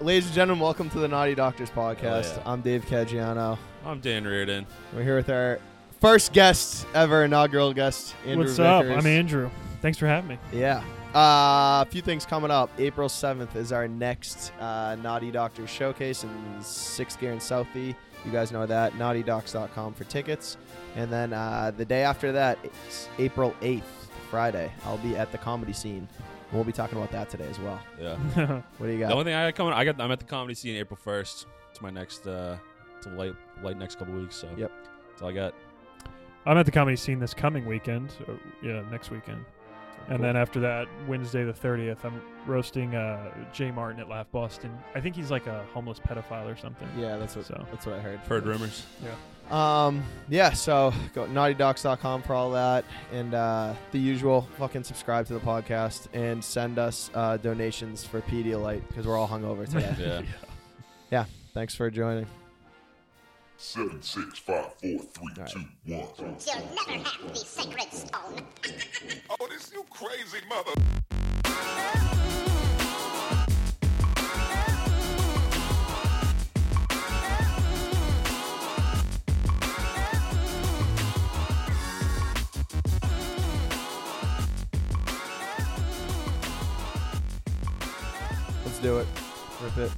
Ladies and gentlemen, welcome to the Naughty Doctors podcast. Hell yeah. I'm Dave Caggiano. I'm Dan Reardon. We're here with our first guest ever, inaugural guest, Andrew What's Vickers. up? I'm Andrew. Thanks for having me. Yeah. Uh, a few things coming up. April 7th is our next uh, Naughty Doctors showcase in 6th Gear in Southie. You guys know that. NaughtyDocs.com for tickets. And then uh, the day after that, it's April 8th, Friday. I'll be at the comedy scene. We'll be talking about that today as well. Yeah. What do you The got? only thing I got coming, I got. I'm at the comedy scene April first. It's my next, uh, to light, light next couple weeks. So Yep. that's all I got. I'm at the comedy scene this coming weekend. Or, yeah, next weekend. And then after that, Wednesday the 30th, I'm roasting uh, Jay Martin at Laugh Boston. I think he's like a homeless pedophile or something. yeah, that's what So that's what I heard. Heard rumors. Um, yeah, so go to naughtydocs.com for all that and uh, the usual fucking subscribe to the podcast and send us uh, donations for Pedialyte because we're all hungover today. Yeah. Thanks for joining. Seven, six, five, four, three, All right. two, one. You'll never have the sacred stone. Oh, this you crazy mother. Let's do it. Rip it.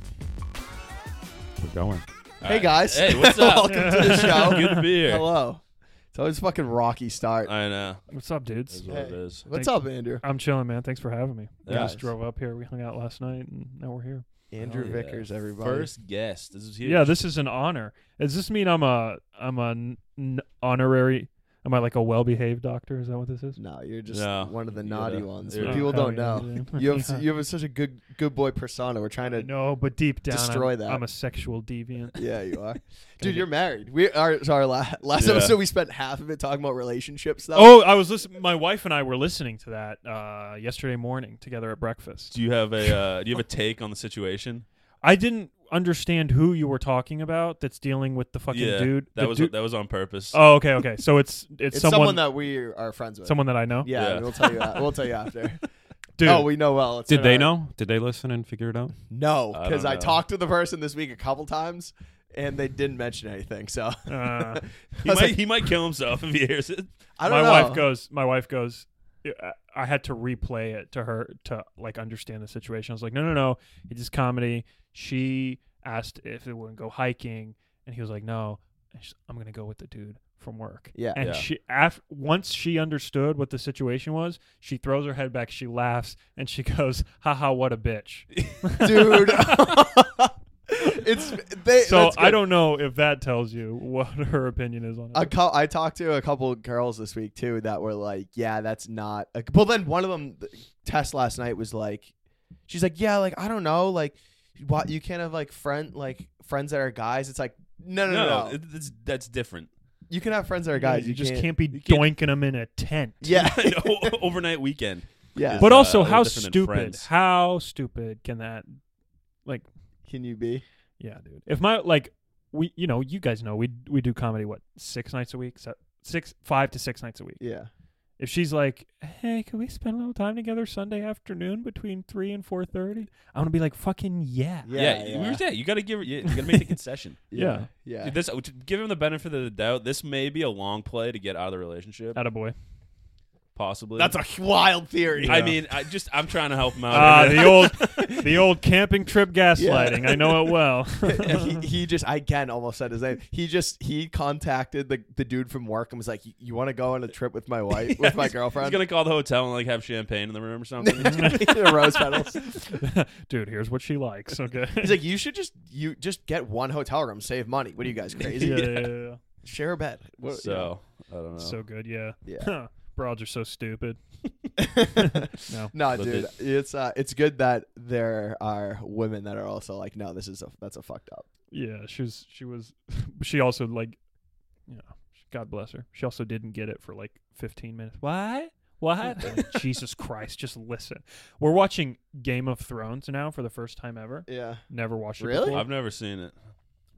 We're going. Hey, guys. Hey, what's up? Welcome to the show. Good to be here. Hello. It's always a fucking rocky start. I know. what's up, That's dudes? what it Hey. is. What's Thank- up, Andrew? I'm chilling, man. Thanks for having me. We Yeah. just drove up here. We hung out last night, and now we're here. Andrew Hell yeah. Vickers, everybody. First guest. This is huge. Yeah, this is an honor. Does this mean I'm a I'm a n- n- honorary? Am I like a well-behaved doctor? Is that what this is? No, you're just No. one of the You naughty gotta- ones. Yeah. but People Oh, don't know. yeah. You have you have such a good good boy persona. We're trying to. No, but deep down, I'm- Destroy that. I'm a sexual deviant. Yeah, you are, Gotta dude. You're married. We our our last, last Yeah. episode we spent half of it talking about relationship stuff. Oh, I was listening. My wife and I were listening to that uh, yesterday morning together at breakfast. Do you have a uh, Do you have a take on the situation? I didn't understand who you were talking about. That's dealing with the fucking yeah. dude. That The was dude- that was on purpose. oh, okay, okay. So it's it's, it's someone, someone, that we are friends with. someone that I know. yeah, Yeah. we'll tell you. that. We'll tell you after. Dude, Oh, we know well. It's Did in they our- know? Did they listen and figure it out? No, I because don't I, know. talked to the person this week a couple times, and they didn't mention anything. So uh, he I might was like- he might kill himself if he hears it. I my don't know. wife goes. My wife goes. "I- I had to replay it to her to like understand the situation. I was like, no, no, no. It's just comedy. She asked if they wouldn't go hiking, and he was like, no. And she's, I'm gonna go with the dude from work. Yeah. And Yeah. she af- once she understood what the situation was, she throws her head back, she laughs, and she goes, haha, what a bitch. dude. it's they. so that's I good. don't know if that tells you what her opinion is on A it. cou- I talked to a couple of girls this week too that were like, "Yeah, that's not." A- well, then one of them, th- Tess last night was like, "She's like, yeah, like I don't know, like, what you can't have like friend like friends that are guys." It's like, no, no, no, no. it- it's, that's different. you can have friends that are guys. you, just can't, be you can't- doinking them in a tent. Yeah, O- Overnight weekend. yeah. is, But uh, also, a little how different than stupid? friends. How stupid can that? Like, Can you be? yeah, dude. If my like, we you know, you guys know we we do comedy what six nights a week, so six five to six nights a week. Yeah. If she's like, hey, can we spend a little time together Sunday afternoon between three and four thirty? I'm gonna be like, fucking yeah. Yeah, Yeah. we were saying you got to give. You, you got to make the concession. Yeah. Yeah. Yeah. Dude, this to give him the benefit of the doubt. This may be a long play to get out of the relationship, Atta boy. possibly. That's a wild theory. I mean, uh, I just I'm trying to help him out. Ah, here. the old, the old camping trip gaslighting. I know it well. he, he just again almost said his name. He just he contacted the, the dude from work and was like, "You want to go on a trip with my wife, with my He's girlfriend?" gonna call the hotel and like have champagne in the room or something. rose petals. Dude, here's what she likes. Okay. He's like, you should just you just get one hotel room, save money. What are you guys crazy? yeah, yeah, yeah, yeah. Share a bed. What- so I don't know. So good, yeah. Yeah. Huh. Broads are so stupid. No. no, But dude, it's uh, it's good that there are women that are also like, no, this is a that's a fucked up. Yeah, she was she was she also like you know, God bless her. She also didn't get it for like 15 minutes. What? What? Like, Jesus Christ, just listen. We're watching Game of Thrones now for the first time ever. Yeah, Never watched it Really? before. I've never seen it.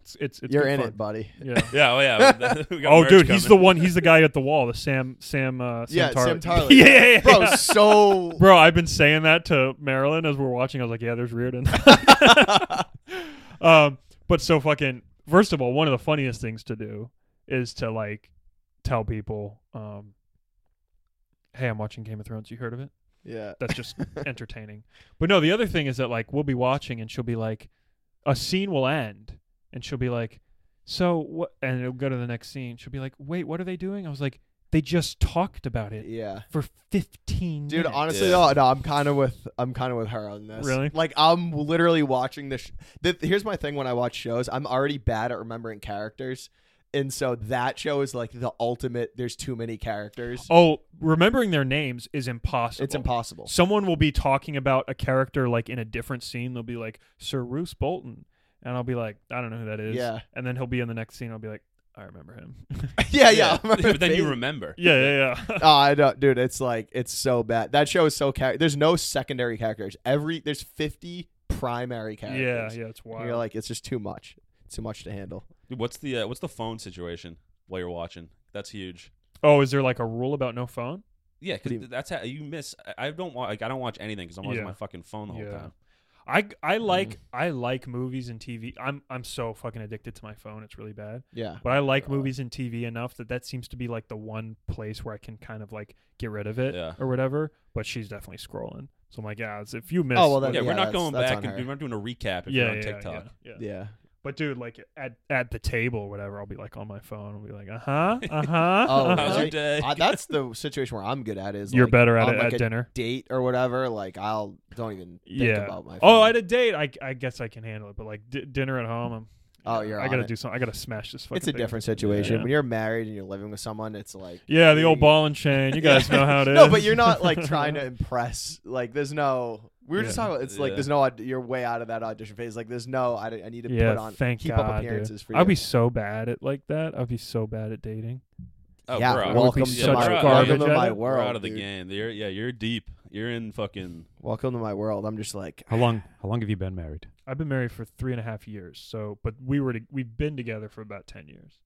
It's it's, it's You're good in fun. it, buddy. Yeah. Yeah, oh yeah. We got oh, merch dude, he's the coming. one. He's the guy at the wall. The Sam Sam. Uh, Sam Yeah, Tarly. Sam Tarly. yeah, yeah, yeah, Bro, yeah. so Bro, I've been saying that to Marilyn as we're watching. I was like, yeah, there's Reardon. um, but so fucking. First of all, one of the funniest things to do is to like tell people, um, "Hey, I'm watching Game of Thrones. You heard of it?" yeah. That's just entertaining. But no, the other thing is that like we'll be watching and she'll be like, a scene will end and she'll be like, so what? And it'll go to the next scene. She'll be like, wait, what are they doing? I was like, they just talked about it Yeah. for fifteen. Dude, minutes." honestly, oh, Yeah. no, no, I'm kind of with I'm kind of with her on this. Really? Like, I'm literally watching this. Sh- th- here's my thing: when I watch shows, I'm already bad at remembering characters, and so that show is like the ultimate. There's too many characters. Oh, remembering their names is impossible. it's impossible. Someone will be talking about a character like in a different scene. They'll be like Sir Roose Bolton, and I'll be like, I don't know who that is. Yeah. And then he'll be in the next scene. I'll be like, I remember him. yeah, yeah. I'm Yeah, but then amazed. you remember. yeah, yeah, yeah. Oh, I don't, dude. It's like it's so bad. That show is so char- There's no secondary characters. Every there's 50 primary yeah, characters. yeah. It's And wild. You're like, it's just too much. Too much to handle. Dude, what's the uh, what's the phone situation while you're watching? That's huge. Oh, is there like a rule about no phone? Yeah, do you- because that's how you miss. I- I don't want like I don't watch anything because I'm always Yeah. on my fucking phone the whole Yeah. time. I, I Mm-hmm. like I like movies and TV. I'm I'm so fucking addicted to my phone. It's really bad. Yeah. But I like God. movies and TV enough that that seems to be like the one place where I can kind of like get rid of it Yeah. or whatever. But she's definitely scrolling. So I'm like, yeah, it's- if you miss, Oh, well, that- Yeah, yeah, we're not that's- going that's back on and her. we're not doing a recap if yeah, you're on yeah, TikTok. yeah, yeah. Yeah. But dude, like at at the table, or whatever, I'll be like on my phone. I'll be like, uh huh, uh huh. Oh, How's really? your day? I, that's the situation where I'm good at is You're like, better at on, it like at a dinner. date or whatever. Like I'll don't even think Yeah. about my. Phone. Oh, at a date, I, I guess I can handle it. But like d- dinner at home, I'm. Oh, you're I on gotta it. do something. I gotta smash this. Fucking it's a thing. different situation Yeah. when you're married and you're living with someone. It's like Yeah, the you- old ball and chain. You guys know how it is. No, but you're not like trying to impress. Like there's no. We were just Yeah. talking. About, it's like Yeah. there's no. aud- You're way out of that audition phase. Like there's no. I, I need to yeah, put on. thank keep God, up dude. appearances for you. I'd be so bad at like that. I'd be so bad at dating. Oh, yeah, we're out. welcome Would be to such my garbage welcome to at my it. We're world. out of the dude. game. You're, yeah, you're deep. You're in fucking. Welcome to my world. I'm just like How long? How long have you been married? I've been married for three and a half years. So, but we were to, we've been together for about ten years.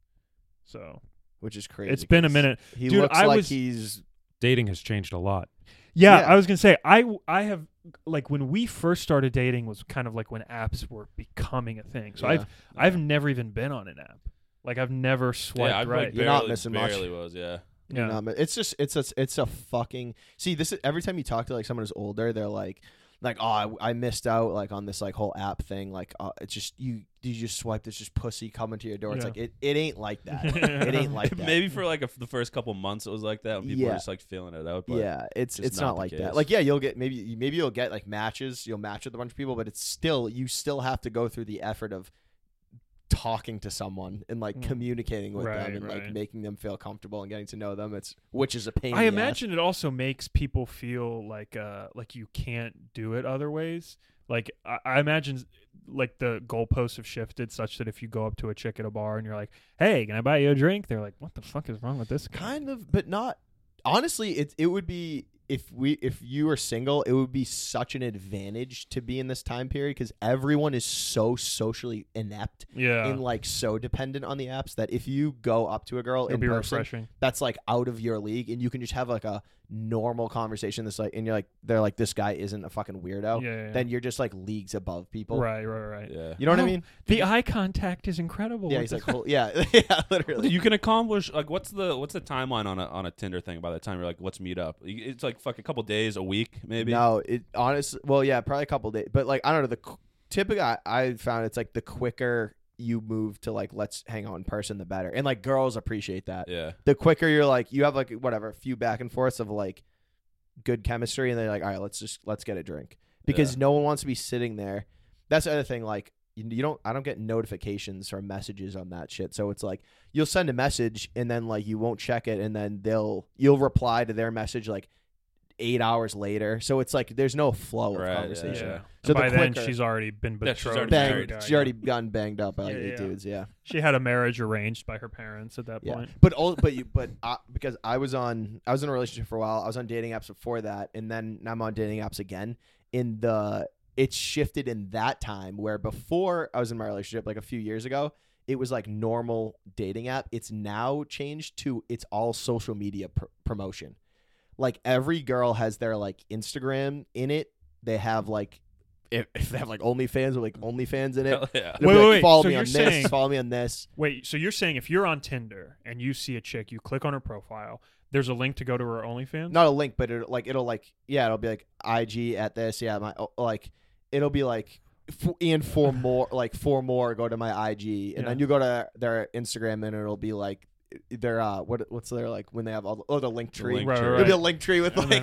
So which is crazy. it's been a 'cause minute. He Dude, looks I like was- he's Dating has changed a lot. Yeah, Yeah. I was gonna say I I have like when we first started dating was kind of like when apps were becoming a thing. So I've I've never even been on an app. Like I've never swiped yeah, I've, right. Like, You're barely, not missing much. barely was yeah. yeah. You know, it's just it's a it's a fucking see this is every time you talk to like someone who's older they're like like oh I, I missed out like on this like whole app thing like uh, it's just you you just swipe this just pussy coming to your door it's Yeah. like it, it ain't like that it ain't like that Maybe for like a, the first couple months it was like that when people Yeah. were just like feeling it out. But yeah it's just it's not not the like case. that like yeah you'll get maybe maybe you'll get like matches you'll match with a bunch of people but it's still you still have to go through the effort of talking to someone and like Mm. communicating with Right, them and like right. making them feel comfortable and getting to know them it's which is a pain I in the ass. imagine it also makes people feel like uh like you can't do it other ways. Like I, I imagine like the goalposts have shifted such that if you go up to a chick at a bar and you're like, "Hey, can I buy you a drink?" They're like, "What the fuck is wrong with this guy?" kind of but not honestly it it would be if we if you were single it would be such an advantage to be in this time period cuz everyone is so socially inept Yeah, and like so dependent on the apps that if you go up to a girl it'll in be person refreshing. that's like out of your league and you can just have like a normal conversation that's like and you're like they're like this guy isn't a fucking weirdo yeah, yeah, yeah. then you're just like leagues above people right, right, right. yeah. you know what Oh, i mean The eye contact is incredible. yeah What he's the like cool. yeah yeah literally You can accomplish like what's the what's the timeline on a on a Tinder thing? By the time you're like, let's meet up. You- It's like fuck a couple days, a week, maybe. No, it honestly, well, yeah, probably a couple days, but like I don't know. The qu- typical I, I found it's like the quicker you move to like let's hang out in person, the better, and like girls appreciate that. Yeah. The quicker you're like you have like whatever a few back and forths of like good chemistry, and they're like, all right, let's just let's get a drink because no one wants to be sitting there. That's the other thing, like. You you don't. I don't get notifications or messages on that shit. So it's like you'll send a message and then like you won't check it, and then they'll you'll reply to their message like eight hours later. So it's like there's no flow of Right, yeah, Yeah. conversation. And So the by then quicker- she's already been Yeah, she's betrothed. already to married. a Banged, guy, she already gotten banged up by like Yeah, eight yeah. dudes. Yeah, yeah. She had a marriage arranged by her parents at that yeah. point. But all, but you, but I, because I was on, I was in a relationship for a while. I was on dating apps before that, and then now I'm on dating apps again. In the it's shifted in that time where before I was in my relationship, like a few years ago, it was like normal dating app. It's now changed to it's all social media pr- promotion. Like every girl has their like Instagram in it. They have like if, if they have like OnlyFans with like OnlyFans in it. Hell yeah. It'll be Wait, like, wait, wait. Follow So me you're on this. saying- Follow me on this. Wait, so you're saying if you're on Tinder and you see a chick, you click on her profile, there's a link to go to her OnlyFans? Not a link, but it like it'll like yeah, it'll be like IG at this. Yeah, my oh, like it'll be like f- and four more like four more go to my IG, and then Yeah. you go to their Instagram, and it'll be like their uh what what's their like when they have all the, oh the link The tree. link Right, tree. right, It'll be a right. link tree with and like then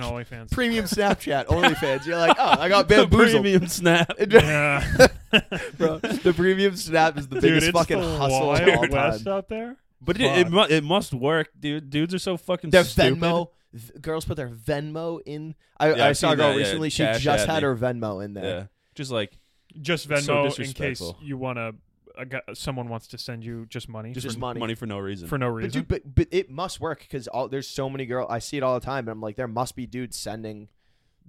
OnlyFans. premium Snapchat, OnlyFans. You're like, oh, I got The bamboozled. premium snap. yeah. Bro, the premium snap is the Dude, biggest it's fucking the hustle Wild of all time. West out there. But it, it, mu- it must work, dude. Dudes are so fucking Their stupid. Venmo. th- girls put their Venmo in. I, Yeah, I I've saw a seen girl that, yeah, recently. she Cash just App, had yeah. her Venmo in there. Yeah. Just like Just So Venmo in case disrespectful. you want to. A guy, someone wants to send you just money just, Just for money. for no reason. for no But reason. dude, but, but it must work because all there's so many girls. I see it all the time, and I'm like, there must be dudes sending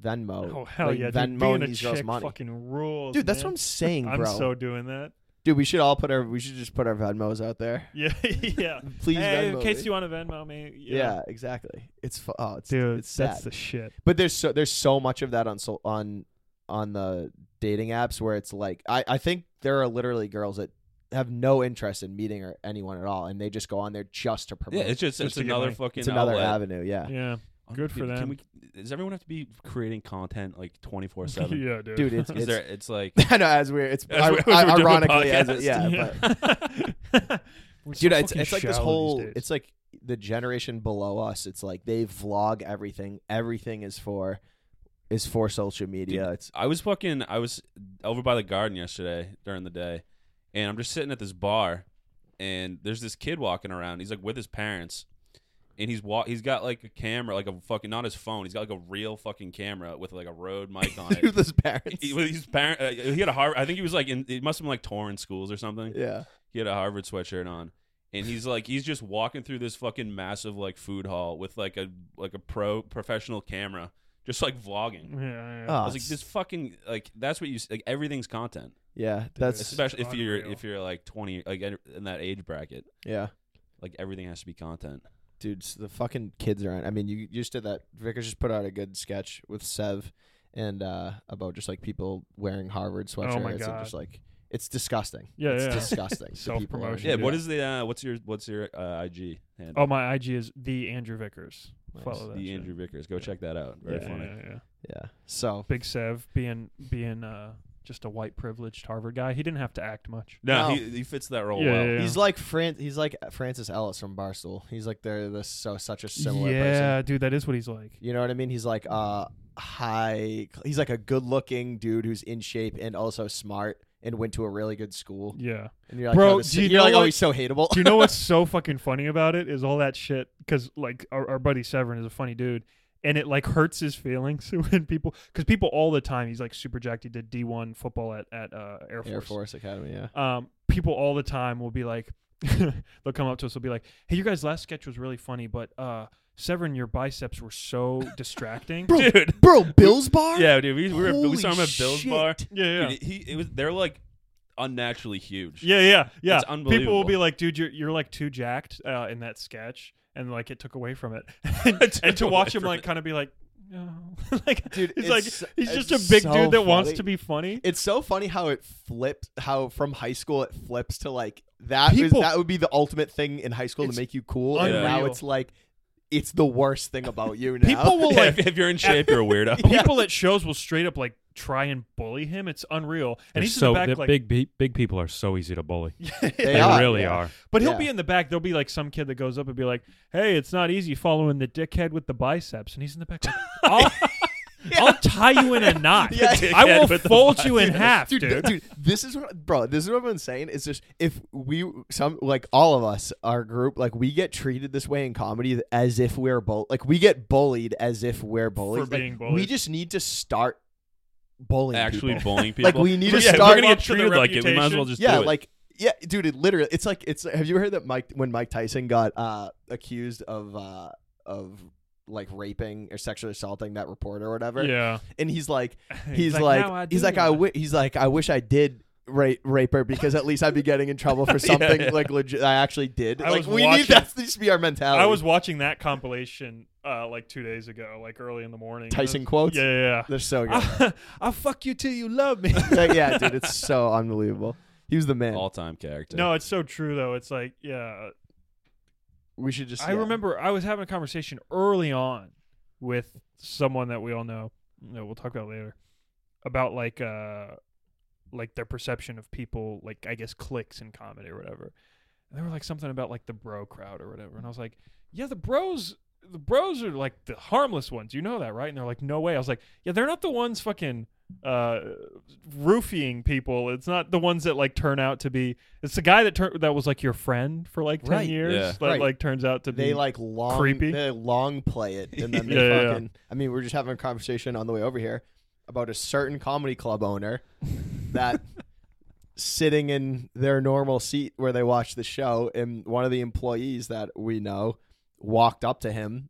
Venmo. oh hell like, yeah! Dude, Venmo being a these girls chick money. fucking rules, dude, that's what man. I'm saying, I'm bro. so doing that. dude, we should all put our we should just put our Venmos out there. Yeah, yeah. Please hey, Venmo in case me. you want to Venmo me. Yeah, Yeah, exactly. It's fu- oh, it's dude, it's sad. that's the shit. but there's so there's so much of that on so, on on the dating apps where it's like I I think there are literally girls that have no interest in meeting or anyone at all, and they just go on there just to yeah, promote. it's just, Just it's to get another money. fucking It's another outlet. avenue. Yeah. Yeah, Oh, Good for dude, them. Can we, does everyone have to be creating content like twenty four seven? yeah, dude. Dude, it's- Is there? It's like I know as weird. It's As I- we're- as I- we're doing the ironically as it, podcast. yeah, but dude it's, it's like this whole it's like the generation below us it's like they vlog everything everything is for is for social media it's I was fucking I was over by the garden yesterday during the day and I'm just sitting at this bar and there's this kid walking around. He's like with his parents and he's wa- he's got like a camera, like a fucking not his phone. He's got like a real fucking camera with like a rode mic on through it. this parents He, his parent, uh, he had a Harvard. I think he was like in. It must have been like touring schools or something. yeah He had a Harvard sweatshirt on, and he's like he's just walking through this fucking massive like food hall with like a like a pro professional camera, just like vlogging. Yeah, yeah. Oh, I was like, it's- this fucking like that's what you s- like. Everything's content, yeah that's It's especially if you're unreal. if you're like twenty, like en- in that age bracket. yeah Like everything has to be content. dude so the fucking kids are on i mean you you just did that vickers just put out a good sketch with sev and uh about just like people wearing harvard sweatshirts Oh my and God. just like it's disgusting Yeah, it's yeah. disgusting the people are- Self-promotion. Yeah. Yeah. What is the uh, what's your what's your uh, IG handle? Oh, my IG is the Andrew Vickers. Nice. Follow Oh, that. the shit. Andrew Vickers. Go check that out. Very yeah, funny. Yeah, yeah. yeah so Big Sev being being uh, just a white privileged Harvard guy. He didn't have to act much. No, No. He, he fits that role Yeah, well. yeah, yeah. He's like Fran- He's like Francis Ellis from Barstool. He's like they're this so such a similar yeah, person. dude, that is what he's like. You know what I mean? He's like uh high. He's like a good looking dude who's in shape and also smart and went to a really good school. Yeah. And you're like, Bro, oh, this- do you you're like, know oh, what- he's so hateable. Do you know what's so fucking funny about it is all that shit because like our, our buddy Severin is a funny dude and it like hurts his feelings when people because people all the time he's like super jacked he did D1 football at at uh, Air Force. Air Force Academy. Yeah. Um, people all the time will be like they'll come up to us they'll be like hey you guys last sketch was really funny but uh Severin your biceps were so distracting Dude. Bro, Bill's bar. Yeah, dude. We, we, were, we Holy saw him at Bill's shit. bar. yeah yeah Dude, he it was they're like unnaturally huge. yeah yeah yeah It's people will be unbelievable. like dude you're, you're like too jacked uh, in that sketch and like it took away from it and, and to away watch him from like it. kind of be like no like Dude, he's it's like so- he's just it's a big so dude that wants funny. to be funny It's so funny how it flipped. How from high school it flips to like that. is- People- that would be the ultimate thing in high school to It's make you cool, and now unreal. it's like it's the worst thing about you now. People will, Yeah, like- if, if you're in shape, you're a weirdo. people at shows will straight up like try and bully him it's unreal and They're he's so in the the back like big pe- big people are so easy to bully. They They are, really yeah. are. but he'll yeah. be in the back there'll be like some kid that goes up and be like hey it's not easy following the dickhead with the biceps and he's in the back like, I'll, I'll tie you in a knot Yeah. I will Dickhead with the fold you in biceps. half dude, th- dude, this is what, bro. This is what I'm saying. It's just if we some like all of us, our group, like we get treated this way in comedy as if we're bull, like we get bullied as if we're bullies. Like, being We bullies. just need to start bullying. Actually people. bullying people. Like, we need to yeah, if start- We're gonna Up get to the treated like it. We might as well reputation. just yeah, do it. like yeah, dude. It literally, it's like it's. Have you heard that Mike when Mike Tyson got uh accused of uh of like raping or sexually assaulting that reporter or whatever? yeah and he's like He's he's like, like, "Now I he's do like I know." wi- he's like I wish I did rape raper because at least I'd be getting in trouble for something yeah. like legit. I actually did. I like was we watching- need that to be our mentality. I was watching that compilation uh, like two days ago, like early in the morning. Tyson quotes? Yeah, yeah, yeah. They're so good. I, will fuck you till you love me. Like, yeah, dude, it's so unbelievable. He was the man. All time character. no, it's so true though. It's like, yeah, we should just. I yeah. remember I was having a conversation early on with someone that we all know that we'll talk about later about like uh like their perception of people like I guess clicks in comedy or whatever. And they were like something about like the bro crowd or whatever. And I was like, "Yeah, the bros the bros are like the harmless ones. You know that, right?" And they're like, "No way." I was like, "Yeah, they're not the ones fucking uh roofying people. It's not the ones that like turn out to be it's the guy that tur- that was like your friend for like 10 Right. years Yeah. that Right. like turns out to be They like long Mm. creepy. They long play it, and then they Yeah, yeah, yeah. fucking. I mean, we we're just having a conversation on the way over here about a certain comedy club owner that sitting in their normal seat where they watch the show, and one of the employees that we know walked up to him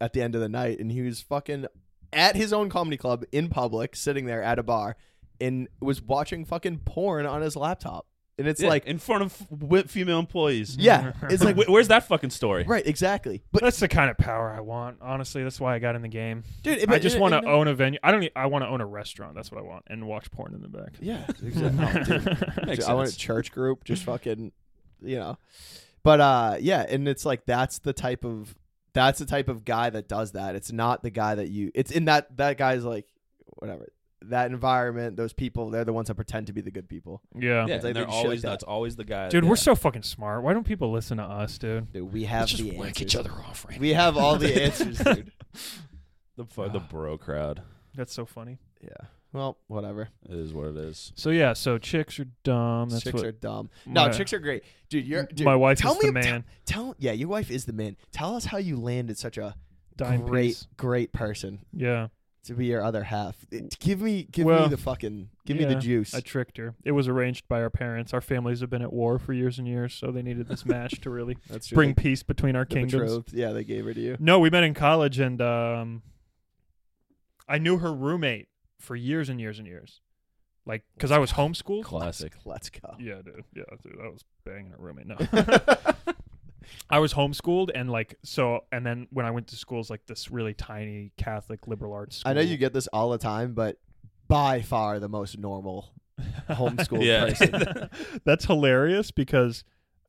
at the end of the night, and he was fucking at his own comedy club in public, sitting there at a bar, and was watching fucking porn on his laptop, and it's Yeah, like. in front of wi- female employees. yeah, it's like Wh- where's that fucking story? right, exactly. But that's the kind of power I want. Honestly, that's why I got in the game. dude, it- I just it- want it- to own a venue. I don't. e- I want to own a restaurant. That's what I want, and watch porn in the back. Yeah, exactly. Oh, dude. Makes I want a sense. church group, just fucking, you know. But uh, yeah, and it's like that's the type of that's the type of guy that does that. It's not the guy that you. It's in that that guy's like whatever that environment. Those people, they're the ones that pretend to be the good people. Yeah, Yeah, It's like and they they're do shit always like that. that's always the guy. dude, yeah. we're so fucking smart. Why don't people listen to us, dude? Dude, we have the answers. off. Right? We have all the answers, dude. the fu- the bro crowd That's so funny. Yeah. Well, whatever. is what it is. So yeah, so chicks are dumb. Um, That's chicks what are dumb. No, my- chicks are great, dude. You're dude, my wife Tell is me, the man. Tell, tell yeah, your wife is the man. Tell us how you landed such a Dime great, piece. great person. Yeah, to be your other half. It- give me, give Well, me the fucking, give me the yeah, juice. I tricked her. It was arranged by our parents. Our families have been at war for years and years, so they needed this match to really That's true. bring The- peace between our the kingdoms. betrothed. Yeah, they gave her to you. No, we met in college, and um, I knew her roommate for years and years and years, like because I was homeschooled. Classic. Let's go. Yeah, dude. Yeah, dude. I was banging a roommate. No, I was homeschooled, and like so, and then when I went to schools, like this really tiny Catholic liberal arts. School. I know you get this all the time, but by far the most normal homeschool Yeah. person. That's hilarious because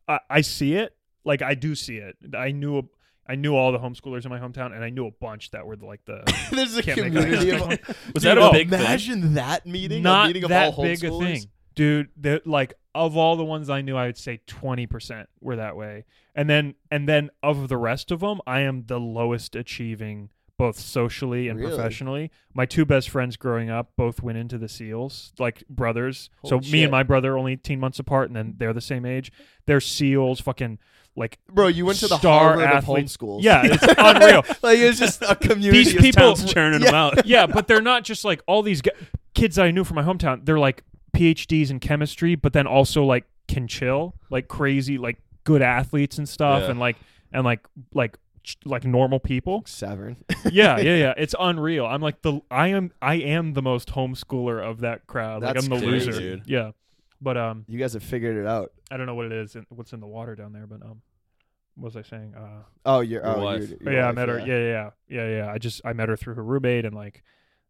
I, I see it. Like I do see it. I knew. A, I knew all the homeschoolers in my hometown, and I knew a bunch that were like the There's a Can't make community that of. up. Was Dude, that a oh, big thing? imagine that meeting, a meeting of all homeschoolers. dude. That like of all the ones I knew, I would say twenty percent were that way, and then and then of the rest of them, I am the lowest achieving both socially and Really? professionally. My two best friends growing up both went into the SEALs, like brothers. so Holy me shit. and my brother are only eighteen months apart, and then they're the same age. They're SEALs, fucking like Bro, you went to the star Harvard athlete. of homeschools. Yeah, it's unreal. like it was just a community. These of people- towns. Town's churning them out. yeah, but they're not just like all these gu- kids that I knew from my hometown. They're like PhDs in chemistry, but then also like can chill, like crazy, like good athletes and stuff, Yeah. and like and like like ch- like normal people. Severn. Yeah, yeah, yeah. It's unreal. I'm like the I am I am the most homeschooler of that crowd. That's like I'm the crazy, loser. dude. Yeah. But um You guys have figured it out. I don't know what it is and what's in the water down there, but um what was I saying? Uh Oh, you're. Your oh, wife. you're- but your yeah, I wife, met her. Yeah, yeah, yeah, yeah. I just I met her through her roommate and like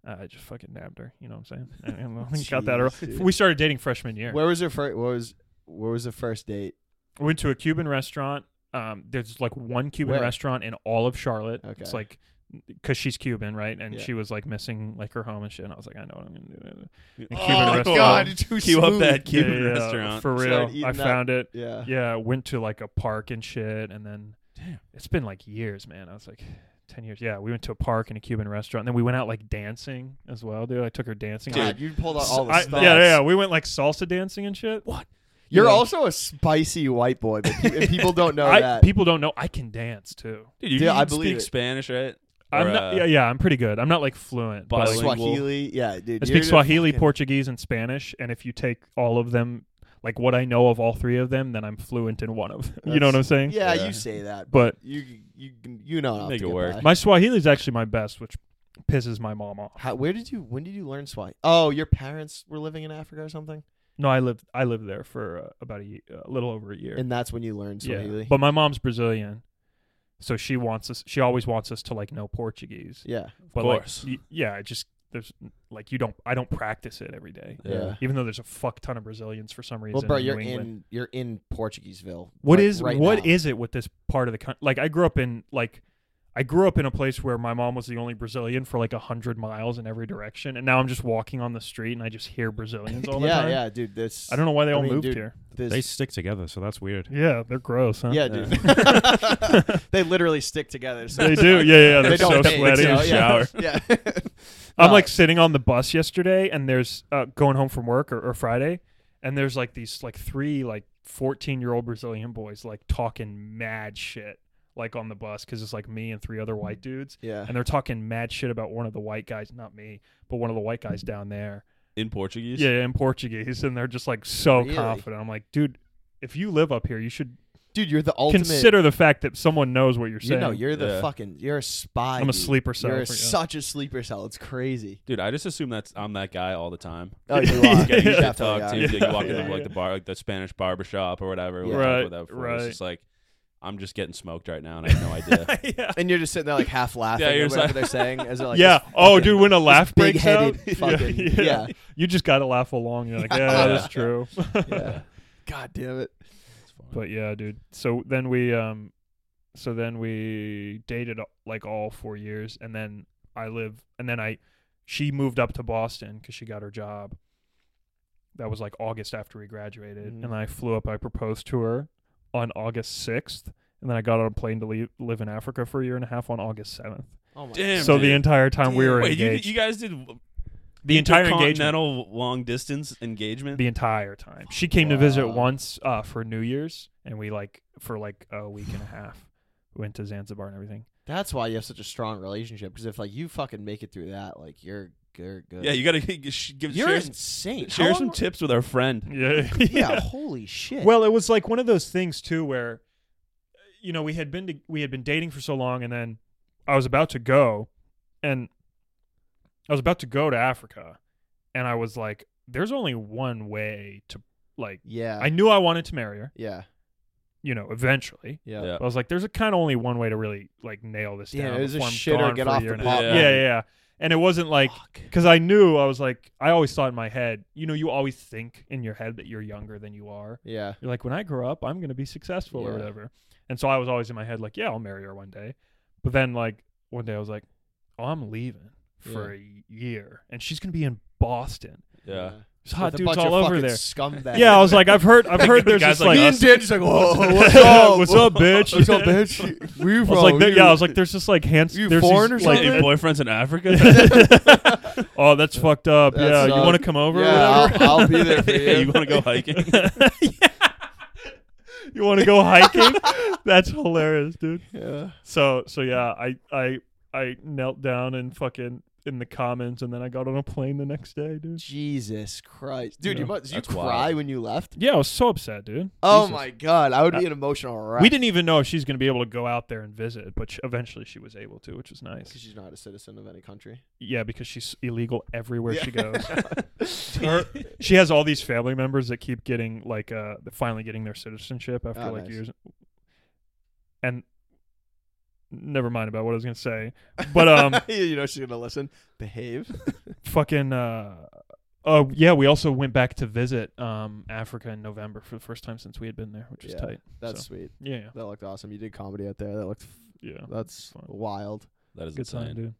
uh, I just fucking nabbed her. You know what I'm saying? And, and we got that early. Jeez, dude. We started dating freshman year. Where was your first? What was? Where was the first date? We went to a Cuban restaurant. Um, there's like one Cuban Where? restaurant in all of Charlotte. It's Okay. like because she's Cuban, right? And Yeah. she was like missing like her home and shit. And I was like, I know what I'm gonna do. Cuban oh restaurant. God, it's too Cue up smooth. that Yeah, Cuban yeah, yeah, restaurant. for Started real. eating I that. found it. Yeah. Yeah, went to like a park and shit, and then Damn. it's been like years, man. I was like ten years. Yeah, we went to a park and a Cuban restaurant, and then we went out like dancing as well, dude. I took her dancing. God, you pulled out I- all the I- stops. yeah, yeah, yeah. We went like salsa dancing and shit. What? You're Yeah. also a spicy white boy, but pe- and people don't know I, that. people don't know I can dance too. Dude, you Yeah, can I believe speak it. Spanish, right? Or, I'm not, uh, yeah, yeah. I'm pretty good. I'm not like fluent, but Bilingual. like, Swahili, yeah, dude. I you're speak the Swahili, fucking- Portuguese, and Spanish. And if you take all of them, like what I know of all three of them, then I'm fluent in one of them. you know what I'm saying? Yeah, Yeah. you say that, But you you you know enough Make to it get work. by. my Swahili is actually my best, which pisses my mom off. How, where did you? When did you learn Swahili? Oh, your parents were living in Africa or something. No, I lived I lived there for uh, about a, ye- a little over a year. and that's when you learn Swahili. But my mom's Brazilian, so she wants us. She always wants us to like know Portuguese. yeah, but course. like, y- yeah, it just there's like you don't. I don't practice it every day. yeah. Yeah. Even though there's a fuck ton of Brazilians for some reason. Well, bro, in you're New England. in you're in Portugueseville. What like, is what right is now. it with this part of the country? Like I grew up in like I grew up in a place where my mom was the only Brazilian for like a hundred miles in every direction, and now I'm just walking on the street and I just hear Brazilians all the yeah, time. yeah, dude. This I don't know why they I all mean, moved dude, here. This, They stick together, so that's weird. Yeah, they're gross, huh? yeah, dude. they literally stick together. So they do. Yeah, yeah, they're they so don't date, sweaty. so, in the yeah. shower. Yeah. I'm Uh, like sitting on the bus yesterday, and there's uh, going home from work or, or Friday, and there's like these like three like 14 year old Brazilian boys like talking mad shit like on the bus because it's like me and three other white dudes, yeah. and they're talking mad shit about one of the white guys, not me, but one of the white guys down there. in Portuguese. Yeah, in Portuguese, and they're just like so Really? confident. I'm like, dude, if you live up here, you should Dude, you're the ultimate. consider the fact that someone knows what you're you saying. know, you're the Yeah. fucking. You're a spy. I'm a dude. sleeper cell You're for you. such a sleeper cell. It's crazy. Dude, I just assume that's I'm that guy all the time. Oh, you Yeah, are. You get- You you definitely get talked are. to, like, you walk Yeah, into like yeah. the bar, like the Spanish barber shop or whatever. we Yeah. were talking Right, about that before. It's right. just like I'm just getting smoked right now, and I have no idea. yeah. And you're just sitting there like half laughing Yeah, at you're whatever like- they're saying. As they're like, yeah. this Oh, fucking- dude, when a laugh breaks out, big-headed fucking- yeah. You just gotta laugh along. You're like, yeah, Yeah. that's true. yeah. God damn it. It's fine. but yeah, dude. So then we, um, so then we dated like all four years, and then I live, and then I, she moved up to Boston because she got her job. That was like August after we graduated, Mhm. and I flew up. I proposed to her on August sixth, and then I got on a plane to leave, live in Africa for a year and a half on August seventh. Oh my Damn. So the dude. entire time we Damn. were Wait, you, engaged, you guys did the entire engagement, continental long distance engagement. the entire time. She came to visit Wow. once uh, for New Year's, and we like for like a week and a half went to Zanzibar and everything. That's why you have such a strong relationship. Because if like you fucking make it through that, like you're you're good. yeah, you gotta g- sh- give you're share, insane. How share long some were- tips with our friend. Yeah, yeah. Holy shit. Well, it was like one of those things too, where you know we had been to, we had been dating for so long, and then I was about to go, and I was about to go to Africa, and I was like, "There's only one way to like." yeah. I knew I wanted to marry her, yeah. you know, eventually. Yeah. Yeah. I was like, there's a kind of only one way to really like nail this Yeah, down. it was a before I'm shit or gone get for a off year the and a pot, half." man. Yeah, yeah, yeah. And it wasn't like Fuck. because I knew I was like, I always thought in my head, you know, you always think in your head that you're younger than you are. Yeah. You're like, when I grow up, I'm gonna be successful or Yeah. whatever. And so I was always in my head like, yeah, I'll marry her one day. But then like one day I was like, oh, I'm leaving for a year, and she's gonna be in Boston. Yeah. There's hot With a dudes bunch of all over fucking there. Scumbags. Yeah, I was like, I've heard, I've heard The there's guys this like like, me us. and Dan's like, whoa, what's up? up? What's up, bitch? What's up, bitch? We I was like, there- yeah, I was like, there's just like hands. You there's foreign or these, like, Hey, something? boyfriends in Africa. oh, that's fucked up. That yeah, you sucks. want to come over? yeah, or whatever? I'll, I'll be there for you. you want to go hiking? you want to go hiking? that's hilarious, dude. yeah. So, so yeah, I, I, I knelt down and fucking in the commons, and then I got on a plane the next day, dude. Jesus Christ, dude! Yeah. You must, did you That's cry wild. when you left? Yeah, I was so upset, dude. Oh Jesus. my God, I would be an emotional wreck. Uh, We didn't even know if she's gonna be able to go out there and visit, but she, eventually she was able to, which was nice. because she's not a citizen of any country. Yeah, because she's illegal everywhere she goes. Her- she has all these family members that keep getting like uh finally getting their citizenship after Oh, like nice. years. And never mind about what I was gonna say, but um, you know she's gonna listen. Behave. fucking uh, oh yeah, we also went back to visit um Africa in November for the first time since we had been there, which was Yeah, tight. That's So, sweet. yeah, That looked awesome. You did comedy out there. That looked. yeah, That's fun. wild. that is good time, insane. dude.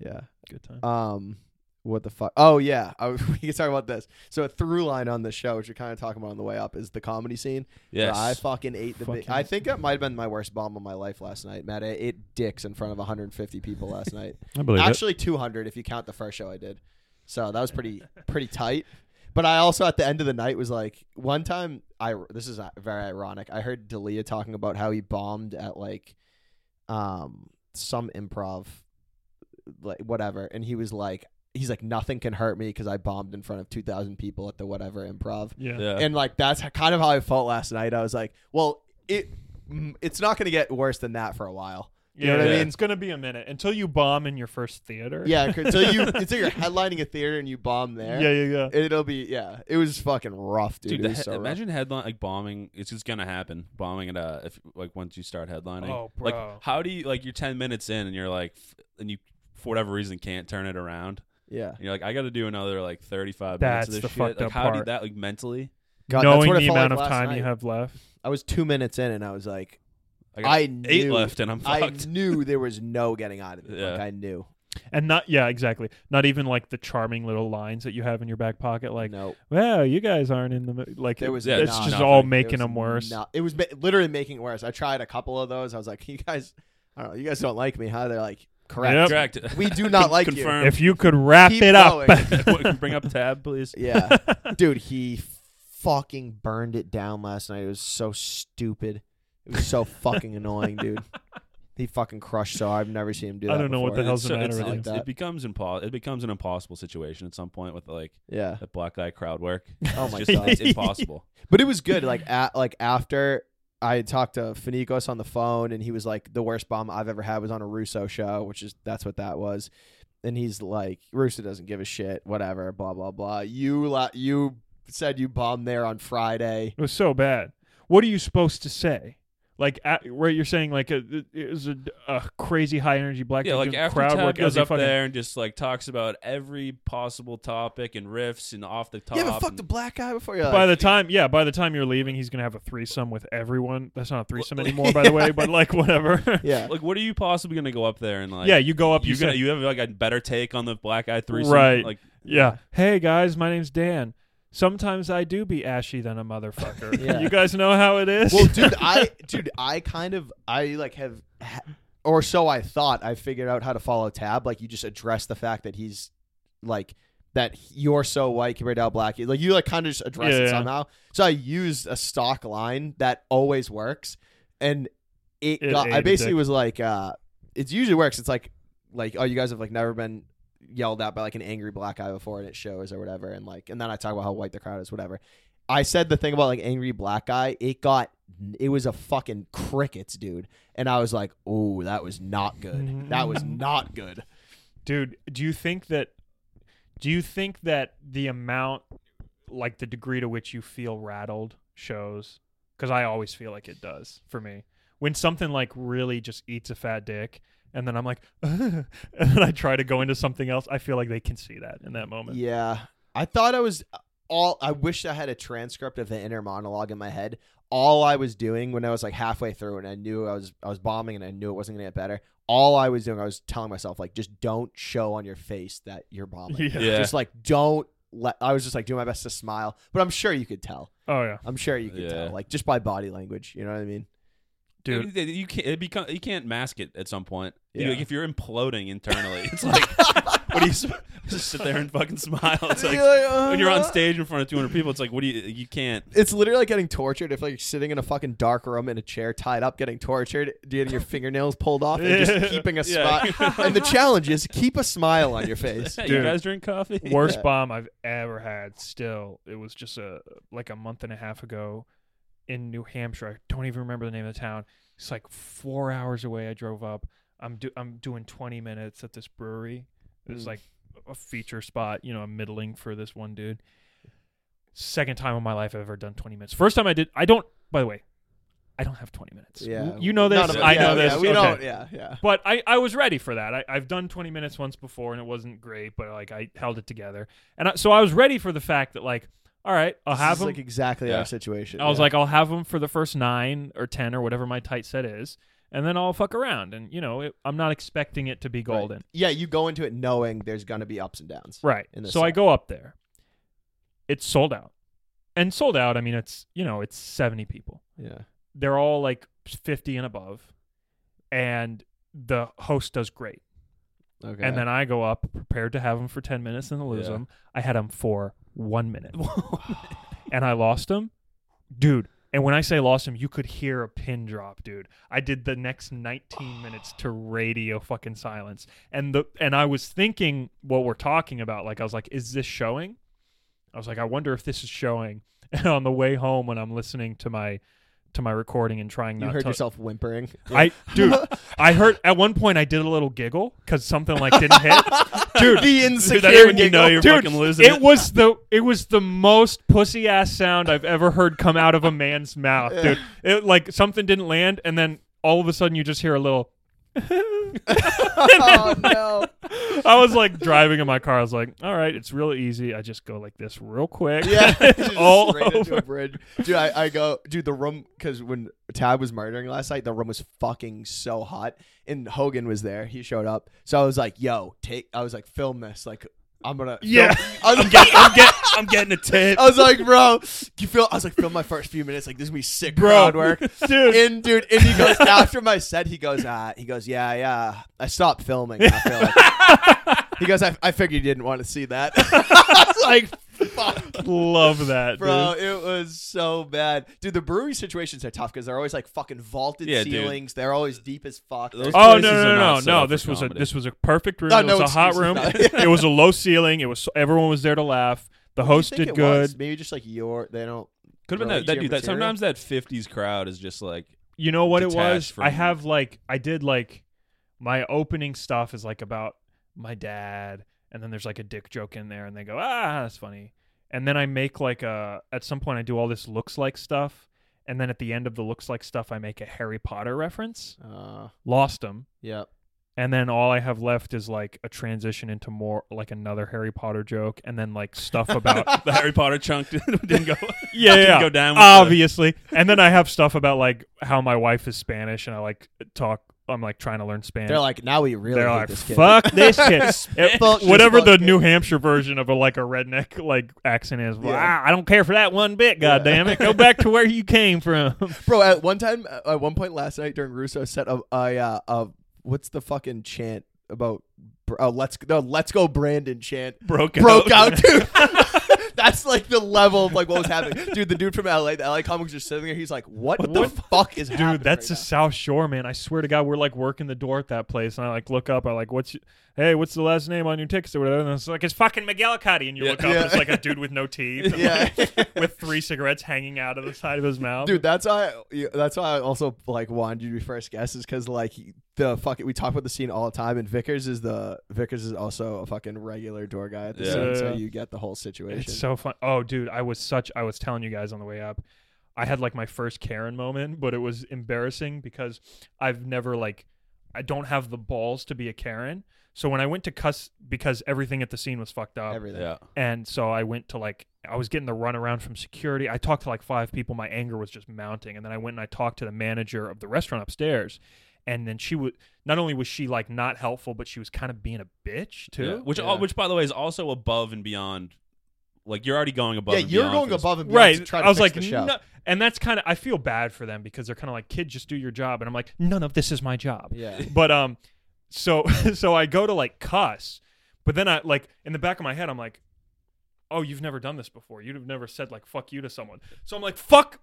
Yeah. Good time. Um. What the fuck? Oh yeah, I, we can talk about this. So a through line on the show, which you're kind of talking about on the way up, is the comedy scene. Yes. I fucking ate the. Big, Fucking- I think that might have been my worst bomb of my life last night, Matt. I ate dicks in front of 150 people last night. I believe it. Actually, 200 if you count the first show I did. So that was pretty pretty tight. But I also at the end of the night was like one time I this is uh, very ironic. I heard Delia talking about how he bombed at like um some improv like whatever and he was like he's like nothing can hurt me cuz I bombed in front of 2000 people at the whatever improv yeah. Yeah. and like that's h- kind of how I felt last night. I was like, well, it mm, it's not going to get worse than that for a while. You know what I Yeah. mean? It's gonna be a minute until you bomb in your first theater. Yeah, c- until you until you're headlining a theater and you bomb there. Yeah, yeah, yeah. It'll be yeah. It was fucking rough, dude. Dude, it the was he- so rough. imagine headline like bombing. It's just gonna happen. Bombing at uh, if like once you start headlining. Oh, bro. Like how do you like you're ten minutes in and you're like f- and you for whatever reason can't turn it around. Yeah, And you're like I got to do another like 35 minutes That's of the this shit. fucked Like up how do you, part. that like mentally? God, that's Knowing what it the felt like amount of last time night. you have left. I was two minutes in and I was like, I I eight knew- left and I'm I fucked. knew there was no getting out of it. Like Yeah. I knew. And not yeah, exactly. Not even like the charming little lines that you have in your back pocket like, no, "Well, you guys aren't in the mo-" like there was. yeah, it's not- just nothing. all There making was them worse." not- it was ma- literally making it worse. I tried a couple of those. I was like, you guys, I don't know. You guys don't like me, huh? They're like, correct. Correct. We do not like you. Confirm. If you could wrap Keep it up. going. bring up tab, please. Yeah, dude, he fucking burned it down last night. It was so stupid. It was so fucking annoying, dude. He fucking crushed. So I've never seen him do I that. don't know what before. the hell's It's the so- matter it's- with you? it's- Like that. It becomes impo- It becomes an impossible situation at some point with like Yeah. that black guy crowd work. Oh It's my just, uh, god. It's impossible. But it was good. Like at, like after I had talked to Finikos on the phone, and he was like, "The worst bomb I've ever had was on a Russo show," which is that's what that was. And he's like, "Russo doesn't give a shit. Whatever. Blah blah blah." You la- you said you bombed there on Friday. It was so bad. What are you supposed to say? Like at, where you're saying like a, it was a, a crazy high energy black yeah, dude like doing after crowd Tab work as goes he up fucking- there and just like talks about every possible topic and riffs and off the top. you ever fucked and- a black guy before? You're By like, the time yeah, by the time you're leaving, he's gonna have a threesome with everyone. That's not a threesome anymore, by the way. But like whatever. yeah. like, what are you possibly gonna go up there and like? yeah, you go up. You you gonna say, you have like a better take on the black eye three, Right. Like, yeah. Hey guys, my name's Dan. Sometimes I do be ashy than a motherfucker. Yeah. You guys know how it is. Well, dude, I dude, I kind of I like have, ha- or so I thought. I figured out how to follow Tab. Like you just address the fact that he's like that you're so white compared to how black you like you like kind of just address Yeah, it yeah. somehow. So I used a stock line that always works, and it, It got, ate I a basically dick. was like, uh it usually works. It's like like oh you guys have like never been yelled at by like an angry black guy before and it shows or whatever and like and then I talk about how white the crowd is whatever. I said the thing about like angry black guy. It got it was a fucking crickets, dude. And I was like, "Oh, that was not good. That was not good." dude do you think that do you think that the amount like the degree to which you feel rattled shows because i always feel like it does for me when something like really just eats a fat dick and then i'm like and then i try to go into something else i feel like they can see that in that moment Yeah. I thought I was all I wish I had a transcript of the inner monologue in my head. All I was doing when I was like halfway through and I knew I was I was bombing and I knew it wasn't going to get better. All I was doing I was telling myself like just don't show on your face that you're bombing. Yeah. Yeah. Just like don't let I was just like doing my best to smile, but I'm sure you could tell. oh yeah I'm sure you could Yeah. tell like just by body language, you know what I mean? dude you- you can't it become, you can't mask it at some point. You- Yeah. like, if you're imploding internally, it's like what do you s- just sit there and fucking smile? It's like uh, when you're on stage in front of 200 people, it's like what do you you can't. It's literally like getting tortured if like you're sitting in a fucking dark room in a chair tied up getting tortured, getting your fingernails pulled off and just keeping a Yeah. spot. and the challenge is keep a smile on your face. you Dude. guys drink coffee? worst bomb I've ever had. Still, it was just a like a month and a half ago in New Hampshire. I don't even remember the name of the town. It's like four hours away. I drove up. I'm do I'm doing 20 minutes at this brewery. It was Mm. like a feature spot, you know, a middling for this one dude. Second time in my life I've ever done 20 minutes. First time I did. I don't. By the way, I don't have 20 minutes. Yeah. you Oh, know this. None of us- I yeah, know yeah, this. we okay. don't yeah, yeah. But I, I was ready for that. I, I've done 20 minutes once before and it wasn't great, but like I held it together. And I, so I was ready for the fact that like, all right, I'll This have is them. like exactly Yeah. our situation. I was yeah. like, I'll have them for the first nine or 10 or whatever my tight set is. And then I'll fuck around. And you know, it, I'm not expecting it to be Right. golden. Yeah, you go into it knowing there's gonna be ups and downs. Right. in the So I set. go up there. It's sold out. And sold out, I mean, it's, you know, it's 70 people. Yeah. they're all like 50 and above and the host does great Okay. and then i go up prepared to have him for 10 minutes and lose Yeah. him i had him for one minute and i lost him dude and when i say lost him you could hear a pin drop dude i did the next 19 minutes to radio fucking silence and the and i was thinking what we're talking about like i was like is this showing i was like i wonder if this is showing and on the way home when i'm listening to my to my recording and trying You not heard to. yourself whimpering. I dude, I heard at one point I did a little giggle because something like didn't hit. Dude, the Dude, insecure that's when you giggle. know you're Dude, fucking losing it it. was the it was the most pussy ass sound I've ever heard come out of a man's mouth, dude. It like something didn't land, and then all of a sudden you just hear a little. oh no! I was like driving in my car. I was like, all right, it's real easy. I just go like this real quick. Yeah, It's just all straight into over. a bridge, dude. I, I go, dude. The room because when Tab was murdering last night, the room was fucking so hot, and Hogan was there. He showed up, so I was like, "Yo, take." I was like, "Film this." Like, I'm gonna. film- Yeah. I was, Get- I'm, get- I'm getting a tip. I was like, "Bro, you feel?" I was like, "Film my first few minutes. Like, this is gonna be sick crowd work." dude. And dude, and he goes after my set. He goes, uh, he goes, yeah, yeah. I stopped filming. I feel like. he goes, I, I figured you didn't want to see that. I was like, fuck, love that, bro, Dude. it was so bad, dude. The brewery situations are tough because they're always like fucking vaulted Yeah, dude. ceilings. They're always deep as fuck. Those- Oh no Places no are no not no set no! up for This was a comedy. this was a perfect room. No, it was no a hot room. excuses, no. it was a low ceiling. It was everyone was there to laugh. The You host think did it good. was. Maybe just like your, they don't. Could have been Oh, Really? that, that Gym dude. That material? sometimes that '50s crowd is just like you know what it detached was from- i have like i did like my opening stuff is like about my dad and then there's like a dick joke in there and they go ah that's funny and then i make like a at some point i do all this looks like stuff and then at the end of the looks like stuff i make a harry potter reference Uh, lost them yeah. and then all i have left is like a transition into more like another harry potter joke and then like stuff about the Harry Potter chunk didn't didn't go. yeah, didn't yeah. go down with obviously. and then I have stuff about like how my wife is Spanish, and I like talk. I'm like trying to learn Spanish. They're like, now we really They're hate like, this kid. fuck this kid. It- Fuck this whatever the fucking- New Hampshire version of a like a redneck like accent is. Well, Yeah. I, I don't care for that one bit. God damn it, go back to where you came from. Bro, at one time, uh, at one point last night during Russo set a, a, uh, a what's the fucking chant about? br- Uh, let's no, let's go, Brandon chant Broke broke out, dude. That's like the level of like what was happening, dude. The dude from LA, the LA comics, just sitting there. He's like, "What, the fuck, is happening?" Dude, that's the right South Shore, man. I swear to God, we're like working the door at that place, and I like look up. I like, what's, your, hey, what's the last name on your tickets or whatever? And it's like, it's fucking McGillicuddy, and you Yeah. look up, Yeah. and it's like a dude with no teeth, and, Yeah. like, with three cigarettes hanging out of the side of his mouth. dude that's why yeah, that's why i also like wanted you to be first guest is because like the fuck we talk about the scene all the time and vickers is the vickers is also a fucking regular door guy at the Yeah. scene so Yeah. you get the whole situation it's so fun. Oh, dude, I was such. I was telling you guys on the way up, I had like my first Karen moment, but it was embarrassing because I've never like, I don't have the balls to be a Karen. So when I went to cuss because everything at the scene was fucked up, everything Yeah. And so I went to like I was getting the runaround from security. I talked to like five people. My anger was just mounting, and then I went and I talked to the manager of the restaurant upstairs. And then she was not only was she like not helpful, but she was kind of being a bitch too. Yeah. Which, Yeah. al- which by the way, is also above and beyond. Like you're already going above. yeah and you're going beyond for this. above and beyond to Right. try to I was fix like, the show. no. and that's kind of I feel bad for them because they're kind of like, kid, just do your job. And I'm like, none of this is my job. yeah but um so so i go to like cuss but then i like in the back of my head i'm like oh you've never done this before you'd have never said like fuck you to someone so i'm like fuck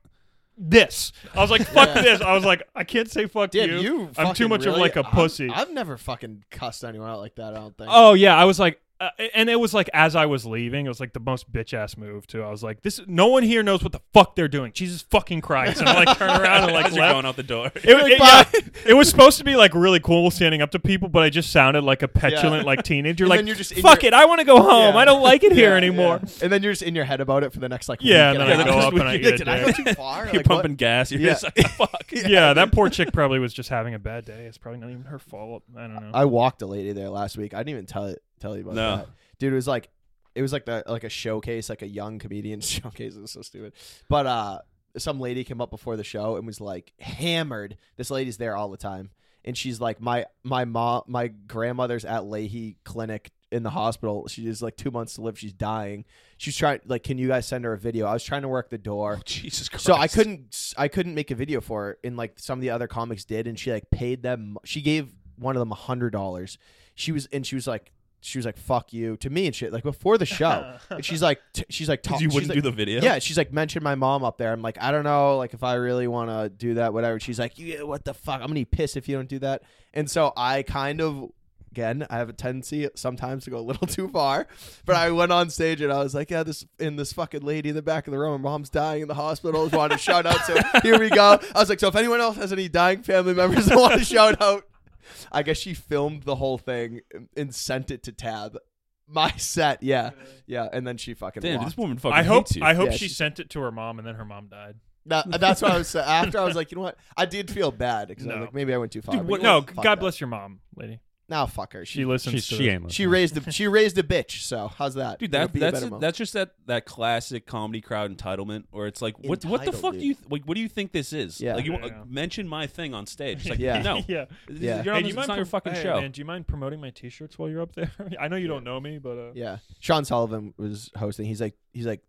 this i was like fuck Yeah. this i was like i can't say fuck Damn, you, you, i'm too fucking much of really- like a I'm- pussy I've never fucking cussed anyone out like that. I don't think. oh yeah i was like uh, and it was like as i was leaving it was like the most bitch ass move too i was like this no one here knows what the fuck they're doing jesus fucking christ and i like turn around and like As you're left going out the door. It, Like, it- yeah, it was supposed to be like really cool standing up to people, but I just sounded like a petulant like teenager. And like, then you're just in fuck your- it, I want to go home. Yeah. I don't like it here Yeah, anymore. yeah. And then you're just in your head about it for the next like. Yeah, week and a then I half. go up and I You're eat like, a Did I go too far? you're Like, what? pumping gas. You're Yeah. just like, fuck. Yeah. that poor chick probably was just having a bad day. It's probably not even her fault. I don't know. I walked a lady there last week. I didn't even tell it tell you about No. that. Dude, it was like it was like the like a showcase, like a young comedian showcase. It was so stupid. But uh some lady came up before the show and was like hammered. This lady's there all the time. And she's like, My my mom my grandmother's at Leahy Clinic in the hospital. She is like two months to live. She's dying. She's trying like, can you guys send her a video? I was trying to work the door. Jesus Christ. So I couldn't I couldn't make a video for her, and like some of the other comics did, and she like paid them. She gave one of them a hundred dollars. She was and she was like she was like fuck you to me and shit like before the show. and she's like t- she's like Because talking. you wouldn't do the video. Yeah, she's like mentioned my mom up there. I'm like, I don't know, like if I really want to do that, whatever. She's like, yeah, what the fuck? I'm gonna eat piss if you don't do that. And so I kind of again, I have a tendency sometimes to go a little too far. But I went on stage and I was like, yeah, this and this fucking lady in the back of the room, her mom's dying in the hospital, just wanted to shout out. So here we go. I was like, so if anyone else has any dying family members that want to shout out, I guess she filmed the whole thing and- and sent it to Tab. My set, yeah, yeah, and then she fucking. Damn, lost. this woman fucking I hope hates you. I hope Yeah, she she- sent it to her mom and then her mom died. That, uh, that's what I was saying. After I was like, you know what? I did feel bad because I was No. like, maybe I went too far. Dude, but what, you know no, what? Fuck God that. bless your mom, lady. Now fuck her. She She listens. She, to she this. ain't. she listening. raised a, she raised a bitch. So how's that? Dude, That'd that, be a that's better mom. that's just that, that classic comedy crowd entitlement, where it's like, what what the Entitled, fuck dude. do you th- like? What do you think this is? Yeah. like you Yeah, uh, yeah. mention my thing on stage? It's like, Yeah. no, yeah. This is- Yeah. you're Hey, on this, do you it's mind not your pro- fucking hey, show. Man, do you mind promoting my T-shirts while you're up there? I know you don't know me, but uh, yeah. Sean Sullivan was hosting. He's like he's like,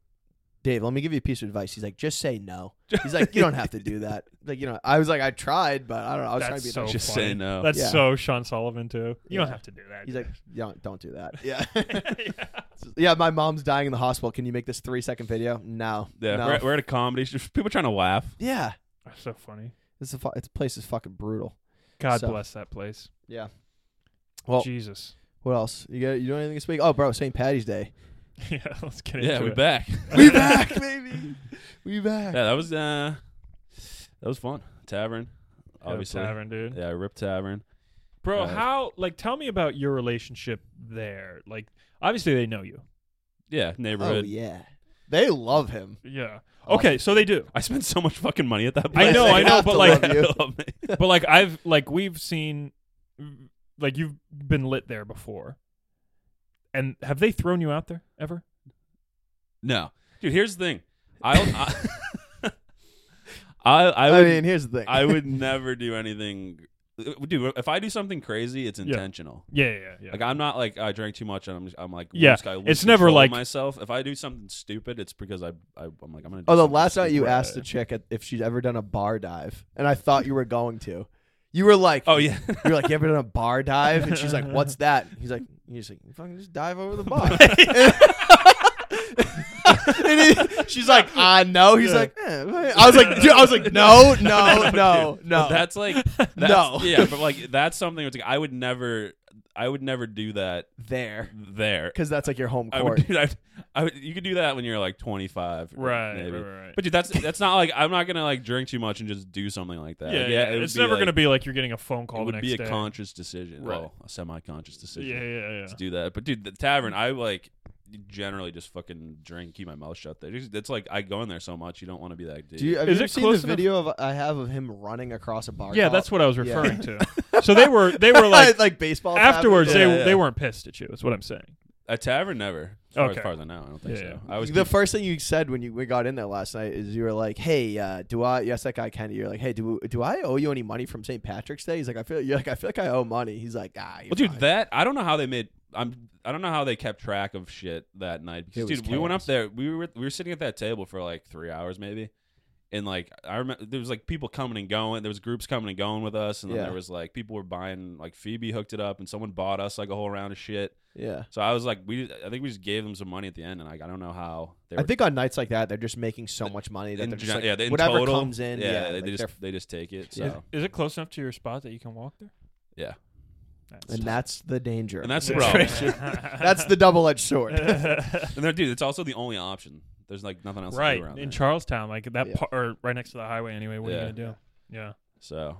Dave, let me give you a piece of advice. He's like, just say no. He's like, you don't have to do that. Like you know, I was like, I tried, but I don't know. I was that's trying to be. so nice. Just uh, funny. say no. That's Yeah. so Sean Sullivan too. You don't Yeah. have to do that. He's like, don't don't do that. Yeah. Yeah. yeah, my mom's dying in the hospital. Can you make this three second video? No. yeah, No. we're, at- we're at a comedy. show. People trying to laugh. yeah. That's so funny. This is fu- this place is fucking brutal. God So- bless that place. Yeah. Well, Jesus. What else? You got you doing anything this week? Oh, bro, St. Patty's Day. yeah, let's get Yeah, into we it. back. We back, baby. We back. yeah, that was uh, that was fun. Tavern, Go obviously. tavern, dude. Yeah, Rip Tavern. Bro, Uh, how like tell me about your relationship there. Like obviously they know you. Yeah, Oh neighborhood. yeah, they love him. Yeah. Okay, so they do. I spent so much fucking money at that place. I know, They I know, have but to like love you. Love me. but like I've like we've seen like you've been lit there before. And have they thrown you out there ever? No, dude. Here's the thing. I'll, I, I, I I would, mean, here's the thing. I would never do anything. uh, Dude, if I do something crazy, it's intentional. Yeah, yeah, yeah. Like I'm not like I drank too much and I'm I'm like Yeah, loose, I lose it's never control of like- myself. If I do something stupid, it's because I, I I'm like I'm gonna. Do Oh, the something last night you stupid. asked the chick at- if she'd ever done a bar dive, and I thought you were going to. You were like, Oh yeah, you were like, you ever done a bar dive? And she's like, what's that? He's like, he's like, you fucking just dive over the bar. and he, she's like, I know. He's like, eh, eh. I was like, dude, I was like, no, Oh, no, no, no. that's like that's, No. Yeah, but like that's something. It's like I would never, I would never do that there, there. because that's like your home I court. would do that. I would, you could do that when you're like 25, Right, Maybe. right, right, right. But dude, that's that's not like I'm not gonna like drink too much and just do something like that. yeah, Like, yeah. it would It's be, never like- gonna be like you're getting a phone It call the would next be a day. conscious decision, Right. well, a semi-conscious decision yeah, yeah, yeah. to do that. But dude, the tavern, I like generally just fucking drink, keep my mouth shut. There, Just- it's like I go in there so much, you don't want to be that dude. Do you, have Is you it ever seen the close enough- video of I have of him running across a bar? Yeah, top? that's what I was Yeah. referring to. So they were they were like, like baseball. tap. afterwards Yeah, they yeah. they weren't pissed at you. Is what I'm saying. a tavern, never. As far, Okay. as, far as I know, I don't think Yeah, so. yeah. I was the first thing you said when you we got in there last night is you were like, "Hey, uh, do I?" Yes, that guy Kenny. You're like, "Hey, do do I owe you any money from St. Patrick's Day?" He's like, "I feel." You're like, "I feel like I owe money." He's like, "Ah, you're well, dude, fine." that I don't know how they made. I'm I don't know how they kept track of shit that night. Because, was dude, we went chaos. up there. We were we were sitting at that table for like three hours maybe, and like I remember there was like people coming and going. There was groups coming and going with us, and then Yeah. there was like people were buying like Phoebe hooked it up, and someone bought us like a whole round of shit. yeah." So I was like, we I think we just gave them some money at the end, and like I don't know how they were. I think on nights like that, they're just making so much money that in they're just gen- like, yeah, in whatever total, comes in, yeah, like they, they they're- just they just take it. So Yeah. Is it close enough to your spot that you can walk there? yeah, and that's the danger. and that's the Yeah. problem. that's the double-edged sword. and then, dude, it's also the only option. There's like nothing else to right do around in there. Charlestown, like that Yeah. part, or right next to the highway. Anyway, what are Yeah. you gonna do? Yeah. so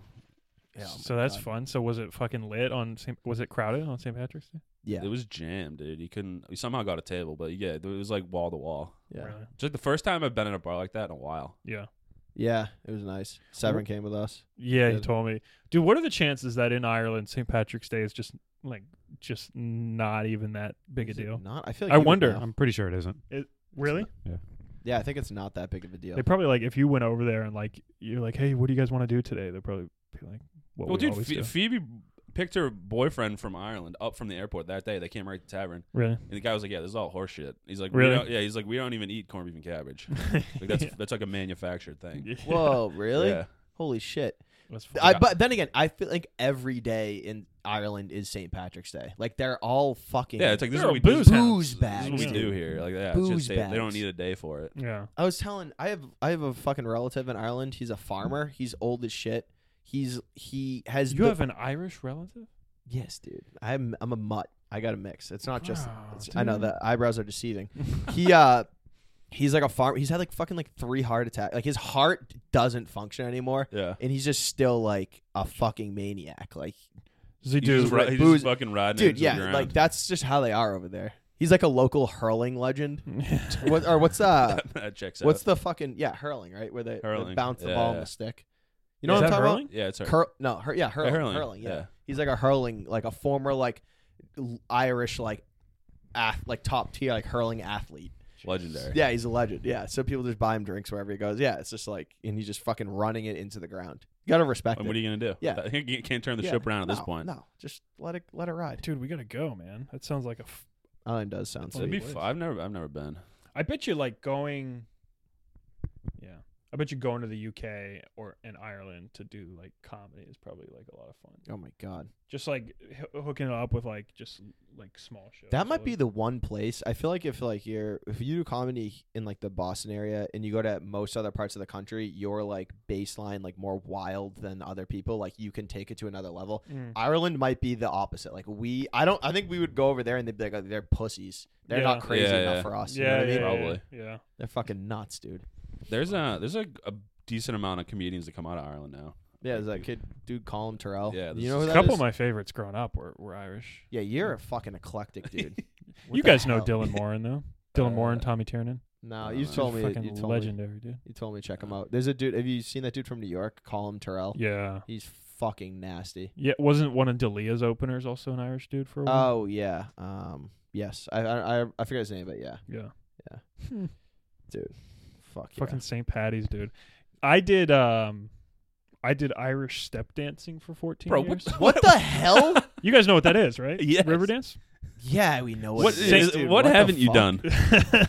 Yeah, oh so my that's God. fun. So was it fucking lit on? St. Was it crowded on St. Patrick's Day? yeah, It was jammed, dude. You couldn't. We somehow got a table, but yeah, it was like wall to wall. yeah, Really? It's like the first time I've been in a bar like that in a while. Yeah. yeah. It was nice. Severn came with us. Yeah, he Good. told me, dude. What are the chances that in Ireland St. Patrick's Day is just like just not even that big a Is it deal? Not, I feel. Like I even wonder. now- I'm pretty sure it isn't. Really? Yeah, I think it's not that big of a deal. They probably like if you went over there and like you're like, hey, what do you guys want to do today? They'll probably be like, what Well, we dude, always Phe- do. Phoebe picked her boyfriend from Ireland up from the airport that day. They came right to the tavern, really? and the guy was like, "Yeah, this is all horseshit." He's like, Really? We don't, yeah, he's like, "We don't even eat corned beef and cabbage. Like that's that's like a manufactured thing." Yeah. Whoa, really? Yeah. Holy shit! That's I, fucked. but then again, I feel like every day in Ireland is St. Patrick's Day. Like they're all fucking. Yeah, it's like this is They're what a we do. house. booze This is what we Booze do bags. here. Like yeah, it's Booze just they, they don't bags. need a day for it. yeah. I was telling I have I have a fucking relative in Ireland. He's a farmer. He's old as shit. He's he has You the- have an Irish relative? Yes, dude. I'm I'm a mutt. I got a mix. It's not just. Wow, it's- I know Ah, dude. the eyebrows are deceiving. he uh, he's like a farm. He's had like fucking like three heart attacks. Like his heart doesn't function anymore, Yeah. and he's just still like a fucking maniac. Like Does he He's do just, ri- he's booze- just fucking riding dude, into the yeah, ground. like that's just how they are over there. He's like a local hurling legend. what or what's uh that checks what's out. the fucking yeah hurling right where they, they Hurling. bounce the Yeah, ball on yeah. the stick. You know Is what I'm that talking hurling? about? yeah, it's her. Curl? No, hur- yeah, hurling, hurling, yeah. yeah. He's like a hurling, like a former like l- Irish like, ath- like top tier like hurling athlete. legendary. Yeah, he's a legend. Yeah, so people just buy him drinks wherever he goes. Yeah, it's just like, and he's just fucking running it into the ground. You gotta respect Like, it. what are you gonna do? Yeah. you can't turn the Yeah. ship around at this No, point. No, just let it let it ride. Dude, we gotta go, man. That sounds like a. F- Island does sound So it'd sick. be Holy fu- words. I've never, I've never been. I bet you like going. Yeah, I bet you going to the UK or in Ireland to do like comedy is probably like a lot of fun. Oh my god, Just like h- hooking it up with like just like small shows. that might be the one place. I feel like if like you're if you do comedy in like the Boston area and you go to most other parts of the country, you're like baseline like more wild than other people. Like you can take it to another level. Mm. Ireland might be the opposite. Like we, I don't. I think we would go over there and they'd be like, "Oh, they're pussies. They're Yeah. not crazy Yeah, enough yeah. for us. You know yeah, what I yeah, mean? mean? yeah, Probably. yeah. They're fucking nuts, dude. There's a, there's a, a decent amount of comedians that come out of Ireland now. Yeah, there's that kid, dude, Colin Terrell. Yeah, you this know who is- A that couple is? of my favorites growing up were, were Irish. yeah, you're a fucking eclectic dude. What you the guys know hell? Dylan Moran though. Dylan Moran, Tommy Tiernan. No, I you don't know. told me. fucking You told me. legendary, dude. You told me to check him out. There's a dude. Have you seen that dude from New York? Colin Terrell. Yeah, He's fucking nasty. yeah. Wasn't one of Delia's openers also an Irish dude for a while? Oh yeah. Um. Yes. I. I. I, I forget his name, but yeah, yeah. dude. Fuck yeah. Fucking St. Patty's, dude. I did um I did Irish step dancing for 14 Bro, years. what, What the hell? You guys know what that is, right? Yes. River dance? Yeah, we know what. What, it Saint- is, dude. what, the haven't you fuck?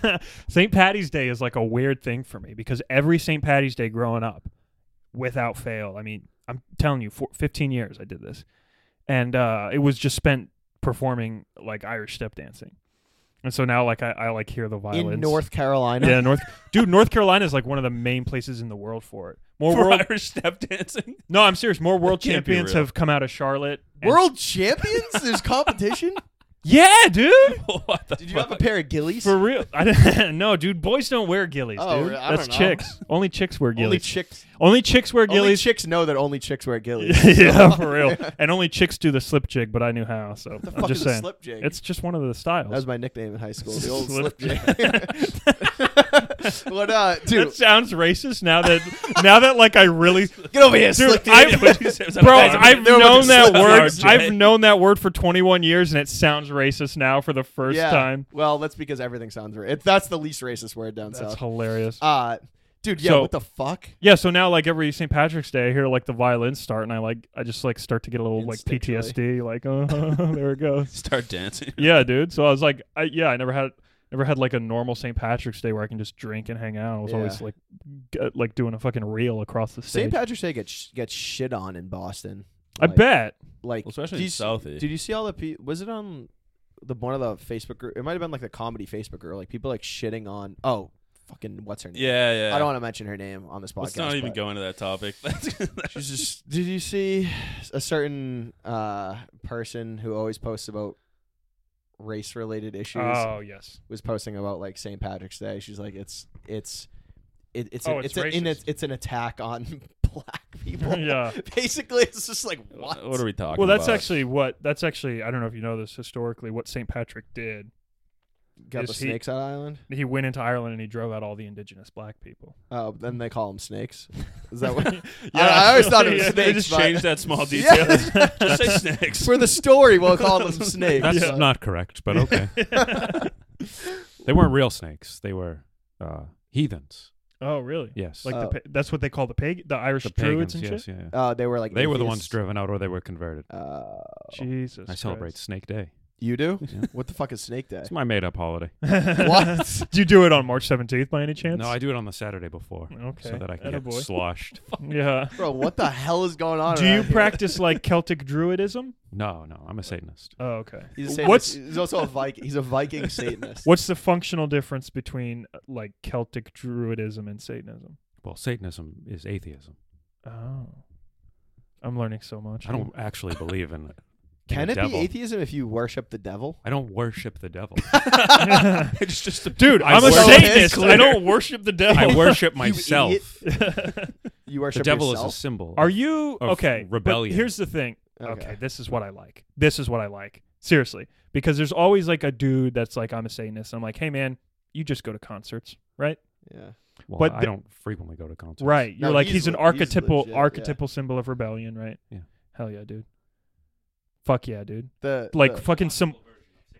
done? St. Patty's Day is like a weird thing for me because every St. Patty's Day growing up, without fail, I mean, I'm telling you, for 15 years I did this. And uh, it was just spent performing like Irish step dancing. And so now like I, I like hear the violins. in North Carolina? Yeah, North Dude, North Carolina is like one of the main places in the world for it. More For world Irish step dancing? No, I'm serious. More world can't be champions real. have come out of Charlotte. and- World champions? There's competition. yeah, dude. what the Did you have a pair of gillies? For real. I didn't, no, dude. Boys don't wear gillies, Oh, dude. really? I That's don't know. chicks. Only chicks wear gillies. only chicks. Only chicks wear Only gillies. chicks know that only chicks wear gillies. yeah, for real. And only chicks do the slip jig, but I knew how. So the I'm fuck just is a saying, slip jig? it's just one of the styles. that was my nickname in high school. The old Slip slip jig. what uh, dude? that sounds racist now that now that like I really Get over here, dude slip jig. I've, What did you say? Was that bro a bad I've They're known with the that slip word jig. I've known that word for 21 years and it sounds racist now for the first time Well, that's because everything sounds ra- It's That's the least racist word down that's south. hilarious uh, dude, yeah, So- what the fuck? Yeah, so now like every St. Patrick's Day, I hear like the violins start, and I like I just like start to get a little like PTSD, like oh there it goes. Start dancing. Yeah, dude. So I was like, I, yeah, I never had never had like a normal St. Patrick's Day where I can just drink and hang out. I was always Yeah. like g- uh, like doing a fucking reel across the stage. St. Patrick's Day gets sh- gets shit on in Boston. I Like- bet. Like, Especially do in you s- Southie. Did you see all the pe- was it on the one of the Facebook group? It might have been like the comedy Facebook group. Like people like shitting on. Oh, fucking what's her name? yeah, yeah. I don't want to mention her name on this podcast. Let's not even but- go into that topic. She's just. Did you see a certain uh, person who always posts about race related issues? Oh yes. was posting about like St. Patrick's Day. She's like, it's it's it, it's Oh, a- it's it's a- in racist. it's, it's an attack on black people. Yeah. Uh, basically, it's just like what? what are we talking Well, that's about? actually what that's actually I don't know if you know this historically what St. Patrick did. Got the is he- snakes on island. He went into Ireland and he drove out all the indigenous black people. Oh, then they call them snakes. Is that what? I, Yeah, I always thought it was yeah, They snakes. just but- changed that small detail. Yeah, Just say snakes. for the story, we'll call them snakes. That's but- not correct, but okay. they weren't real snakes. They were uh, heathens. Oh, really? Yes. Uh, Like Oh. the pa- that's what they call the pag the Irish the druids pagans. and yes, shit. yeah, yeah. Uh, they were like they were the ones atheists. driven out or they were converted. Uh, Jesus, Oh, I celebrate Christ. Snake Day. you do? Yeah. What the fuck is Snake Day? It's my made up holiday. What? Do you do it on March seventeenth by any chance? No, I do it on the Saturday before. Okay. So that I can get Attaboy. sloshed. Yeah. Bro, what the hell is going on? Do you around here? practice like Celtic druidism? No, no, I'm a Satanist. Oh, okay. He's, a Satanist. What's- he's also a Viking. He's a Viking Satanist. What's the functional difference between uh, like Celtic druidism and Satanism? Well, Satanism is atheism. Oh, I'm learning so much. I don't actually believe in the Can it be devil. atheism if you worship the devil? I don't worship the devil. it's just a, Dude, I I'm a worship- Satanist. Clear. I don't worship the devil. I worship idiot. myself. You The worship devil yourself? is a symbol. Are you of okay? but rebellion. here's the thing. Okay. Okay. this is what I like. This is what I like. Seriously, because there's always like a dude that's like, I'm a Satanist. I'm like, hey man, you just go to concerts, right? yeah. Well, but I the- don't frequently go to concerts. Right. No, You're like he's he's, an le- he's archetypal legit, yeah. archetypal symbol of rebellion, right? Yeah. Hell yeah, dude. Fuck yeah, dude. The Like the, fucking some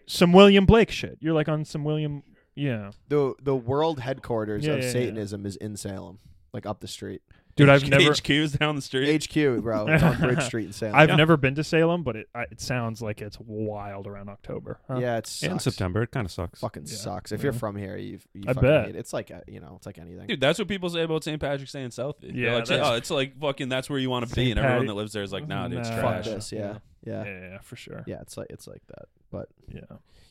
some William Blake shit. You're like on some William. Yeah, the the world headquarters Yeah, of yeah, yeah. Satanism is in Salem, like up the street. dude. I've never HQ's down the street. HQ, bro, it's on Bridge Street in Salem. I've Yeah. never been to Salem, but it I, it sounds like it's wild around October. huh? yeah, it's In September, it kind of sucks. Fucking Yeah. sucks. If you're Yeah. from here, you've, you I fucking bet. hate it. It's like a, you know, it's like anything. Dude, that's what people say about St. Patrick's Day in Southie. Yeah, Yeah, like, that's- oh, it's like fucking. That's where you want to be, St. and everyone Pat- that lives there is like, nah, dude, it's Nah. Fuck trash. Yeah. this, yeah, yeah, yeah, yeah, yeah, for sure. It's like it's like that. But yeah.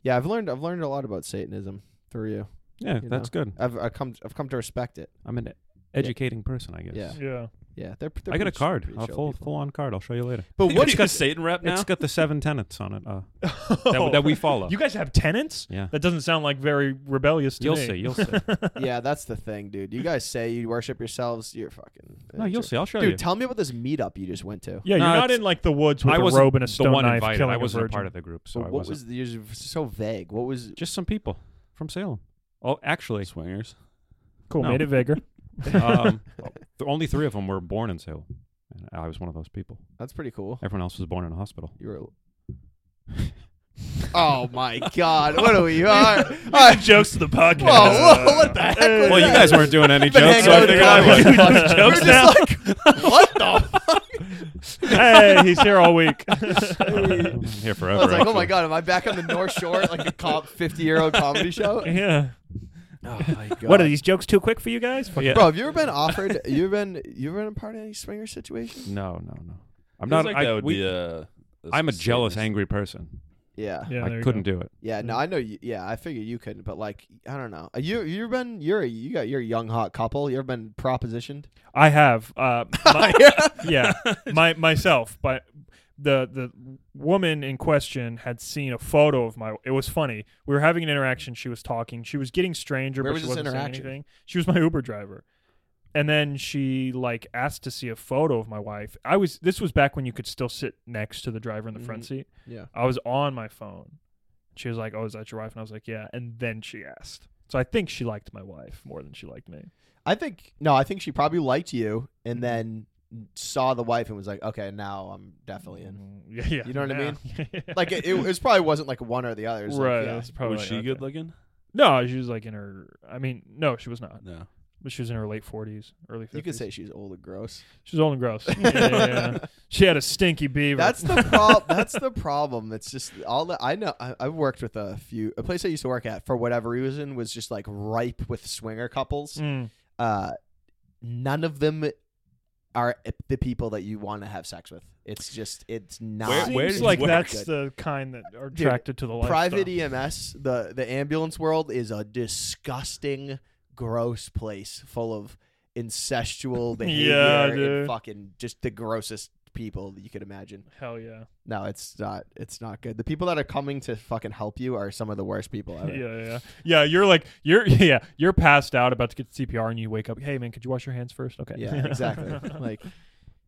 yeah, I've learned I've learned a lot about Satanism through you. Yeah, you that's good. I've I come I've come to respect it. I'm an educating person, I guess. Yeah. Yeah. Yeah, they're. they're I got a pretty ch- card, pretty a chill full people. full on card. I'll show you later. But What what you got Satan rep now? It's got the seven tenets on it. Uh, Oh. that, that we follow. You guys have tenants? yeah. That doesn't sound like very rebellious to You'll me. see. You'll see. yeah, that's the thing, dude. You guys say you worship yourselves. You're fucking. no, you'll see. I'll show Dude, you. tell me about this meetup you just went to. yeah, you're No, not it's- in like the woods with I a wasn't robe and a stone the one knife invited. killing I wasn't a, a virgin. part of the group, so But I what wasn't. was you're so vague? What was Just some people from Salem. Oh, actually, swingers. Cool, No. made it vaguer. um, the only three of them were born in Salem, and I was one of those people. that's pretty cool. Everyone else was born in a hospital. You were. oh my god! What are we? All right, all right. Jokes to the podcast. Whoa, whoa, what the heck? was Well, you that? guys weren't doing any Been jokes, hanging so out I with figured I comedy. was. was. We're Jokes just like, what the? Fuck? hey, he's here all week. I'm here I forever. was like, oh my actually. god, am I back on the North Shore at like a cop fifty-year-old comedy show? yeah. Oh my god! What are these jokes too quick for you guys? Fuck Yeah. Bro, have you ever been offered? You ever been? You ever been a part of any swinger situation? No, no, no. I'm Feels not. Like I, that would we- uh, uh, be a. I'm a jealous, Satanist. angry person. Yeah. Yeah, there I you couldn't go. do it. Yeah, no, I know. You, yeah, I figured you couldn't, but like, I don't know. Uh, You you've been you're a, you got you're a young hot couple. You ever been propositioned? I have. Uh, my- yeah, my myself, but the the woman in question had seen a photo of my. It was funny. We were having an interaction. She was talking. She was getting stranger, Where but was she this wasn't interaction? saying anything. She was my Uber driver, and then she like asked to see a photo of my wife. I was. This was back when you could still sit next to the driver in the front Mhm. seat. Yeah. I was on my phone. She was like, "Oh, is that your wife?" And I was like, "Yeah." And then she asked. So I think she liked my wife more than she liked me. I think no. I think she probably liked you and then saw the wife and was like, okay, now I'm definitely in. Mm, Yeah, yeah. You know what I mean? mean? Like it, it, was probably wasn't like one or the other. It was like, right. yeah. it's probably was she okay. good looking? No, she was like in her. I mean, no, she was not. No. But she was in her late forties, early fifties. You could say she's old and gross. she was old and gross. yeah, yeah, yeah. She had a stinky beaver. That's the problem. that's the problem. It's just all that I know. I, I've worked with a few. A place I used to work at for whatever reason was just like ripe with swinger couples. Mm. uh, none of them are e, the people that you want to have sex with. It's just it's not. Where- Seems where did you like work? that's the kind that are Dude, attracted to the lifestyle. private E- EMS, the the ambulance world is a disgusting, gross place full of incestual behavior dude. and fucking just the grossest people that you could imagine. Hell yeah. No, it's not. It's not good. The people that are coming to fucking help you are some of the worst people ever. Yeah, yeah, yeah. You're like you're yeah. You're passed out, about to get CPR, and you wake up. Hey man, could you wash your hands first? Okay. Yeah, exactly. like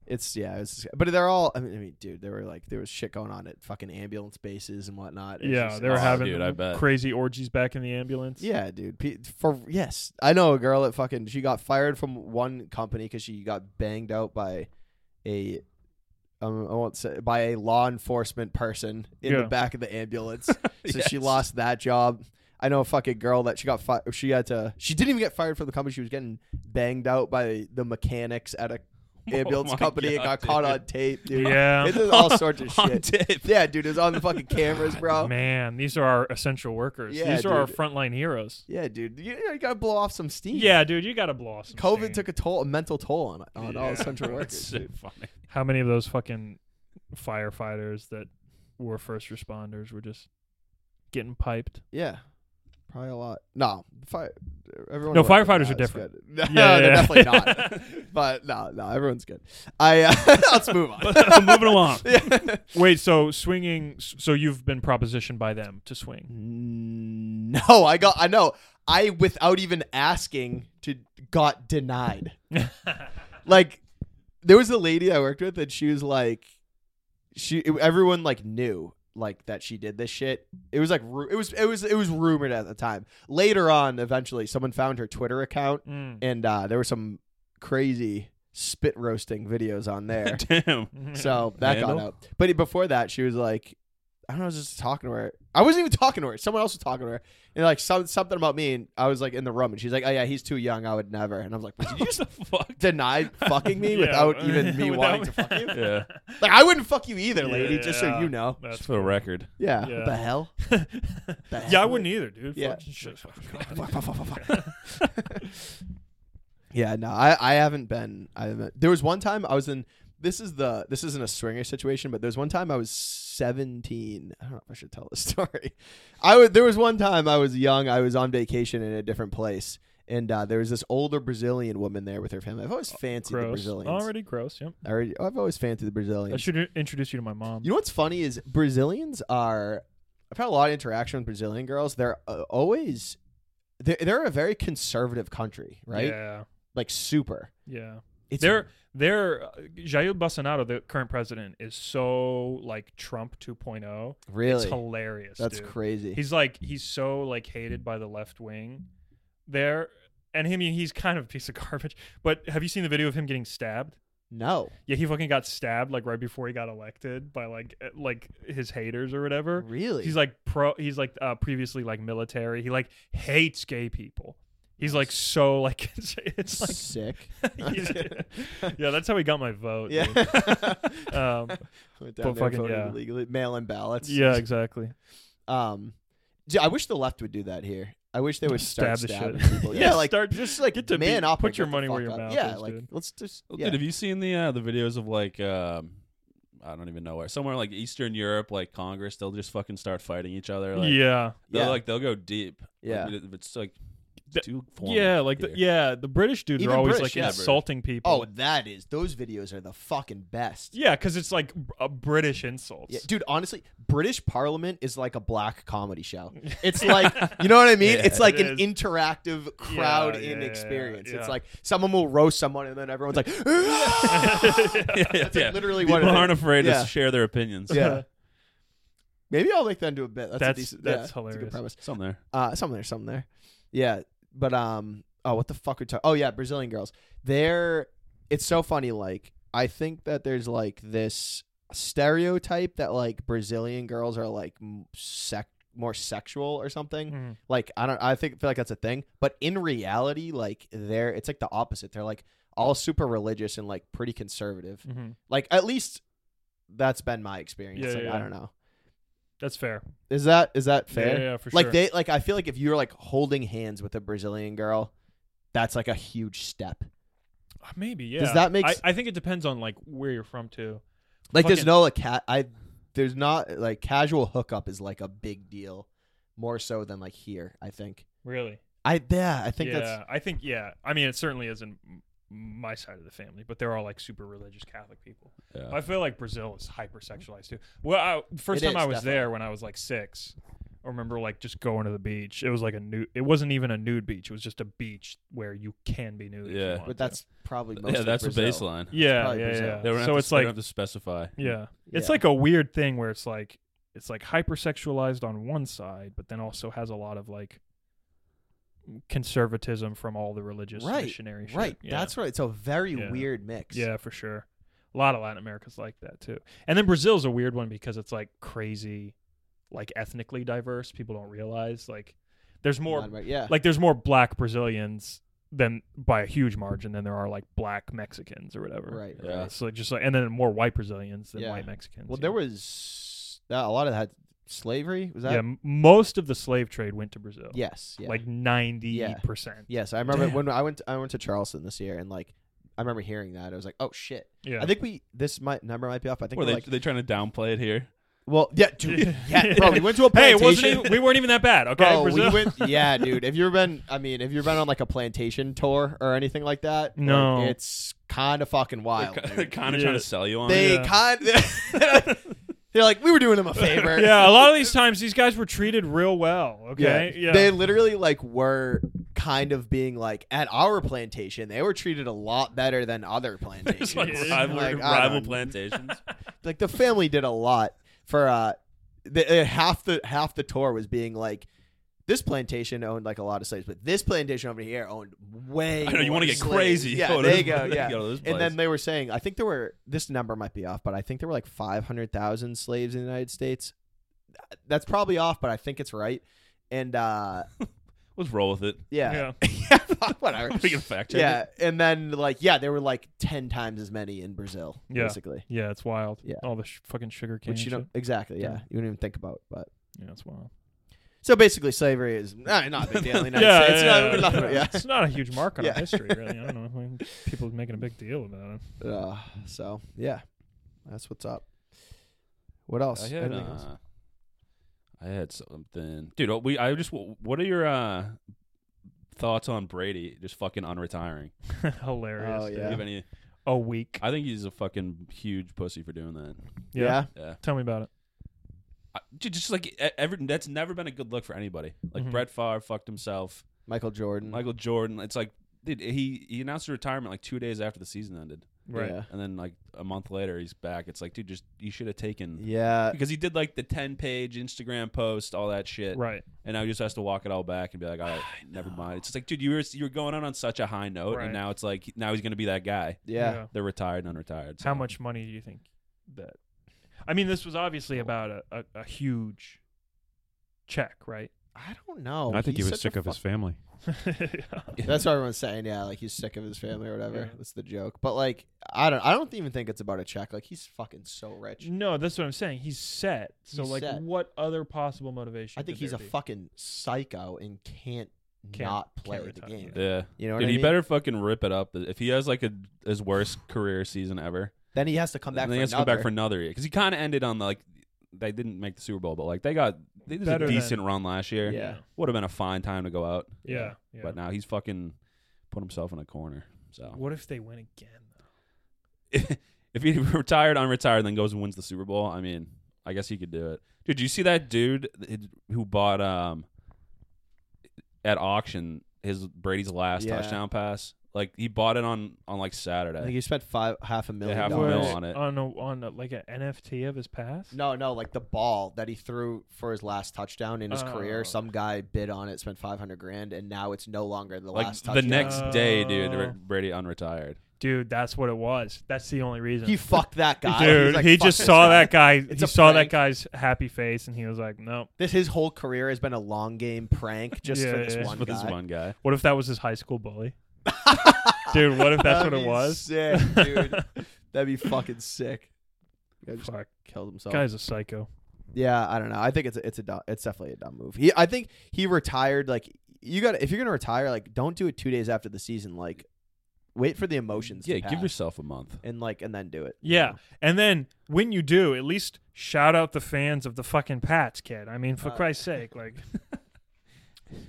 it's yeah, it's but they're all. I mean, I mean, dude, there were like there was shit going on at fucking ambulance bases and whatnot. It's yeah, just- they were it's- having dude, I bet. crazy orgies back in the ambulance. Yeah, dude. Pe- For yes, I know a girl that fucking she got fired from one company because she got banged out by a. Um, I won't say by a law enforcement person in Yeah. the back of the ambulance, so she lost that job. I know a fucking girl that she got fi- she got to she didn't even get fired from the company. She was getting banged out by the mechanics at a ambulance Oh my company. it God, got caught dude. on tape, dude. Yeah. It did all sorts of On shit. tape. Yeah, dude, it was on the fucking cameras, bro. Man, these are our essential workers. Oh. Yeah, these are dude. our frontline heroes. Yeah, dude, you, you gotta blow off some steam. Yeah, dude, you gotta blow off some COVID steam. took a toll, a mental toll on on all essential That's workers. so dude. funny. how many of those fucking firefighters that were first responders were just getting piped? Yeah, probably a lot. No, fire, everyone. No, around him firefighters now are is different. good. No, Yeah, they're yeah. definitely not. But no, no, everyone's good. I uh, let's move on. moving along. Wait, so swinging. So you've been propositioned by them to swing. No, I got. I know. I without even asking to got denied. like there was a lady I worked with, and she was like, she everyone like knew like that she did this shit. It was like ru- it was it was it was rumored at the time. Later on, eventually, someone found her Twitter account, Mm. and uh, there were some crazy spit roasting videos on there. Damn. Mm-hmm. So that Handle? got out. But before that, she was like, I don't know, I was just talking to her. I wasn't even talking to her. Someone else was talking to her. And like some, something about me. And I was like in the room. And she's like, oh, yeah, he's too young. I would never. And I was like, did you just the fuck? deny fucking me Yeah, without even me without wanting me- to fuck you? Yeah. Like, I wouldn't fuck you either, Yeah, lady, just so yeah. you know. Just That's for the record. Yeah. Yeah. The hell? The yeah, I hell? wouldn't either, dude. Yeah. Fucking shit. Fuck, fuck, fuck, fuck, fuck. yeah, no, I, I haven't been. I haven't. There was one time I was in. This is the this isn't a swinger situation, but there's one time I was 17. I don't know if I should tell this story. I was there was one time I was young. I was on vacation in a different place, and uh, there was this older Brazilian woman there with her family. I've always fancied the Oh, gross. Brazilians. Already gross. Yep. I already, I've always fancied the I Brazilians. should i- introduce you to my mom. You know what's funny is Brazilians are. I've had a lot of interaction with Brazilian girls. They're uh, always. They're, they're a very conservative country, right? Yeah. Like super. Yeah. It's They're they're uh, Jair Bolsonaro, the current president, is so like Trump 2.0. It's really hilarious. that's dude. crazy. He's like he's so like hated by the left wing there. And I mean, he's kind of a piece of garbage. But have you seen the video of him getting stabbed? no, Yeah, he fucking got stabbed like right before he got elected by like eh, like his haters or whatever. really. He's like pro. He's like uh, previously like military. He like hates gay people. He's like so like it's, it's like sick. yeah. Yeah, that's how he got my vote. yeah. dude. Um, Went down But there, fucking, voted yeah. illegally, mail-in ballots. yeah, exactly. Um, d- I wish the left would do that here. I wish they would start Stab the stabbing shit. people. Yeah, Yeah, like start- just like get to man be- up. put and your get the money where fuck your up. mouth Yeah, is, like dude. let's just. Well, yeah. Dude, have you seen the uh, the videos of like um, I don't even know where somewhere like Eastern Europe, like Congress, they'll just fucking start fighting each other. Like, yeah, they'll Yeah. like they'll go deep. Like, Yeah. it- it's like The- it's too formal yeah, like the, here. yeah, the British dudes Even are always British, like yeah. insulting people. Oh, that is. Those videos are the fucking best. yeah, because it's like br- uh, British insults. Yeah, dude, honestly, British Parliament is like a black comedy show. It's like, you know what I mean? Yeah, it's like it an is. interactive crowd Yeah, yeah, in yeah, experience. yeah. It's like someone will roast someone and then everyone's like, "Ah!" that's like literally what People it is. aren't afraid Yeah. to share their opinions. Yeah. Maybe I'll make that into a bit. That's That's- a decent, that's yeah, a good hilarious. premise. Something there. Uh, something there, something there. Yeah, but um, oh, what the fuck are talking? Oh yeah, Brazilian girls. They're it's so funny. Like I think that there's like this stereotype that like Brazilian girls are like m- sec more sexual or something. Mhm. Like I don't, I think feel like that's a thing. But in reality, like they're it's like the opposite. They're like all super religious and like pretty conservative. Mhm. Like at least that's been my experience. Yeah, like, yeah, I yeah. don't know. That's fair. Is that is that Yeah, fair? Yeah, yeah, for like sure. they like I feel like if you're like holding hands with a Brazilian girl, that's like a huge step. Uh, maybe yeah. that make I, s- I think it depends on like where you're from too. Like there's Fucking- no like cat I there's not like casual hookup is like a big deal more so than like here, I think. Really? I yeah, I think yeah, that's I think yeah. I mean, it certainly isn't m- my side of the family, but they're all like super religious Catholic people. Yeah. I feel like Brazil is hypersexualized too. Well, I, first It time I is, was definitely. there when I was like six, I remember like just going to the beach. It was like a nude. It wasn't even a nude beach. It was just a beach where you can be nude. if you Yeah. want but to. that's probably most Yeah, that's the baseline. yeah, probably yeah, Brazil. yeah. They don't have So to- it's they don't like have to specify. yeah. it's Yeah. like a weird thing where it's like it's like hypersexualized on one side, but then also has a lot of like conservatism from all the religious Right, missionary shit. Right. Yeah. That's right. It's a very Yeah. weird mix. Yeah, for sure. A lot of Latin America's like that too. And then Brazil's a weird one because it's like crazy, like ethnically diverse. People don't realize like there's more Not right- yeah. like there's more black Brazilians than by a huge margin than there are like black Mexicans or whatever. right. Yeah. right. So like just like and then more white Brazilians than Yeah. white Mexicans. Well you there know? was that, a lot of that slavery, was that yeah, m- most of the slave trade went to Brazil. yes, yeah. like ninety percent. Yes, I remember Damn. when I went. I went to Charleston this year, and like, I remember hearing that. I was like, "Oh shit!" Yeah, I think we this might number might be off. I think Were we're they like they trying to downplay it here? Well, yeah, dude. Yeah, bro, we went to a Hey, plantation. it wasn't even, we weren't even that bad. Okay, Bro, Brazil. we went. Yeah, dude. Have you ever been? I mean, have you ever been on like a plantation tour or anything like that? No. Like, it's kind of fucking wild. They're dude. kind of Yeah. trying to sell you on They Yeah. kind. they're like, we were doing them a favor. yeah, a lot of these times these guys were treated real well. Okay, yeah, They literally like were kind of being like at our plantation, they were treated a lot better than other plantations. It's like Yeah. rival, Like, I rival don't- plantations. like the family did a lot for uh the, uh, half the half the tour was being like this plantation owned like a lot of slaves, but this plantation over here owned way. I know you want to get crazy. Yeah, Go to there you this- go. Yeah, to this and place. then they were saying, I think there were this number might be off, but I think there were like five hundred thousand slaves in the United States. That's probably off, but I think it's right. And uh, let's roll with it. yeah, yeah. yeah, whatever. We can fact check. Yeah, it. and then like yeah, there were like ten times as many in Brazil, Yeah. basically. Yeah, it's wild. Yeah. all the sh- fucking sugar cane. Which you and don't exactly, yeah, Yeah. you don't even think about. But shit. Yeah, it's wild. so basically, slavery is nah, not a big deal in the United yeah, States. yeah, yeah, Not- nothing- yeah. It's not a huge mark on our Yeah. history, really. I don't know. I mean, people are making a big deal about it. yeah. Uh, so yeah, that's what's up. What else? I had, Anything else? uh, I had something, dude. oh, We I just what are your uh, thoughts on Brady just fucking unretiring? Hilarious. Oh, Do dude. you yeah. Uh, have any? A week. I think he's a fucking huge pussy for doing that. Yeah. Yeah, Tell me about it. I, ju- just like e- every that's never been a good look for anybody. Like Mm-hmm. Mhm. Brett Favre fucked himself. Michael Jordan. Michael Jordan. It's like, dude, he he announced his retirement like two days after the season ended, Right. Yeah. and then like a month later he's back. It's like, dude, just you should have taken yeah. because he did like the ten page Instagram post, all that shit, Right. and now he just has to walk it all back and be like, all right, never mind. It's just like, dude, you were you were going on on such a high note, Right. and now it's like now he's gonna be that guy. Yeah. They're retired and unretired. How so. much money do you think that? I mean, this was obviously about a, a, a huge check, right? I don't know. I Oh, think He's he was such a sick of his fuck- family. That's what everyone's saying. Yeah, like he's sick of his family or whatever. Yeah. That's the joke. But like, I don't. I don't even think it's about a check. Like he's fucking so rich. no, that's what I'm saying. He's set. So, He's like, set. what other possible motivation? I think could he's there a be? fucking psycho and can't, Can't- not can't play the retire. game. Yeah. You know what Dude, I he mean? better fucking rip it up. If he has like a his worst career season ever, Then he has to come back. and for then he has to go back another. for another year because he kind of ended on like they didn't make the Super Bowl, but like they got they did Better a than- decent run last year. Yeah. would have been a fine time to go out. Yeah. yeah. but now he's fucking put himself in a corner. So what if they win again? if he retired, unretired, then goes and wins the Super Bowl, I mean, I guess he could do it. Dude, do you see that dude th- who bought um at auction his Brady's last Yeah. touchdown pass? Like he bought it on on I like think Saturday. he spent five half a million. half a Wait, dollars. mil on it. On a, on a, like an NFT of his past. No, no, like the ball that he threw for his last touchdown in his Oh. career. Some guy bid on it, spent five hundred grand, and now it's no longer the Like last. the touchdown. next day, dude, Oh. Brady unretired. dude, that's what it was. That's the only reason. he fucked that guy. Dude, was like, he "Fuck just this saw guy." that guy. It's he a saw prank. that guy's happy face, and he was like, "Nope." This his whole career has been a long game prank just Yeah, for this yeah. one with guy. this one guy. What if that was his high school bully? Dude, what if that's That'd what it be was? Sick, dude. That'd be fucking sick. Guy just Fuck, killed himself. guy's a psycho. Yeah, I don't know. I think it's a, it's a du- it's definitely a dumb move. He, I think he retired. Like you got to if you're gonna retire, like don't do it two days after the season. Like wait for the emotions. Yeah, to give pass yourself a month. and like and then do it. you Yeah, know? and then when you do, at least shout out the fans of the fucking Pats, kid. I mean, for Uh, Christ's sake, like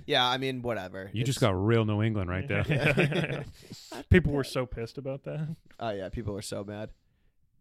yeah. I mean, whatever. You just It's- got real New England right there. People were so pissed about that. Oh yeah, people are so mad.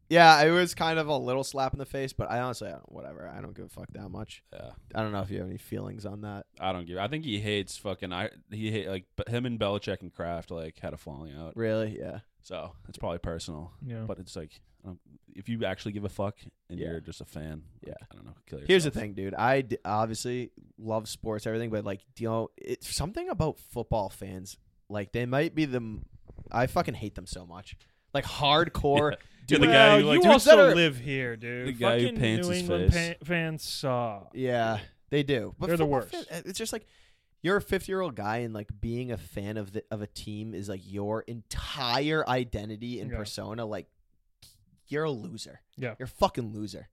Yeah, it was kind of a little slap in the face, but I honestly, I don't, whatever. I don't give a fuck that much. Yeah, I don't know if you have any feelings on that. I don't give. I think he hates fucking. I he hate like but him and Belichick and Kraft like had a falling out. Really? Yeah. So it's probably personal. Yeah, But it's like um, if you actually give a fuck and Yeah. you're just a fan, like, Yeah. I don't know. Kill yourself. Here's the thing, dude. I d- obviously love sports, everything, but like, you know, it's something about football fans. Like, they might be the. m- I fucking hate them so much. Like hardcore. Yeah, the dude, guy Well, who, like, you dudes also that are- live here, dude. The guy who Fucking paints New his England face. pa- fans saw. Yeah, they do. But They're the football worst. fan- eh, it's just like you're a 50 year old guy, and like being a fan of the of a team is like your entire identity and Yeah. persona. Like, you're a loser. Yeah. you're a fucking loser.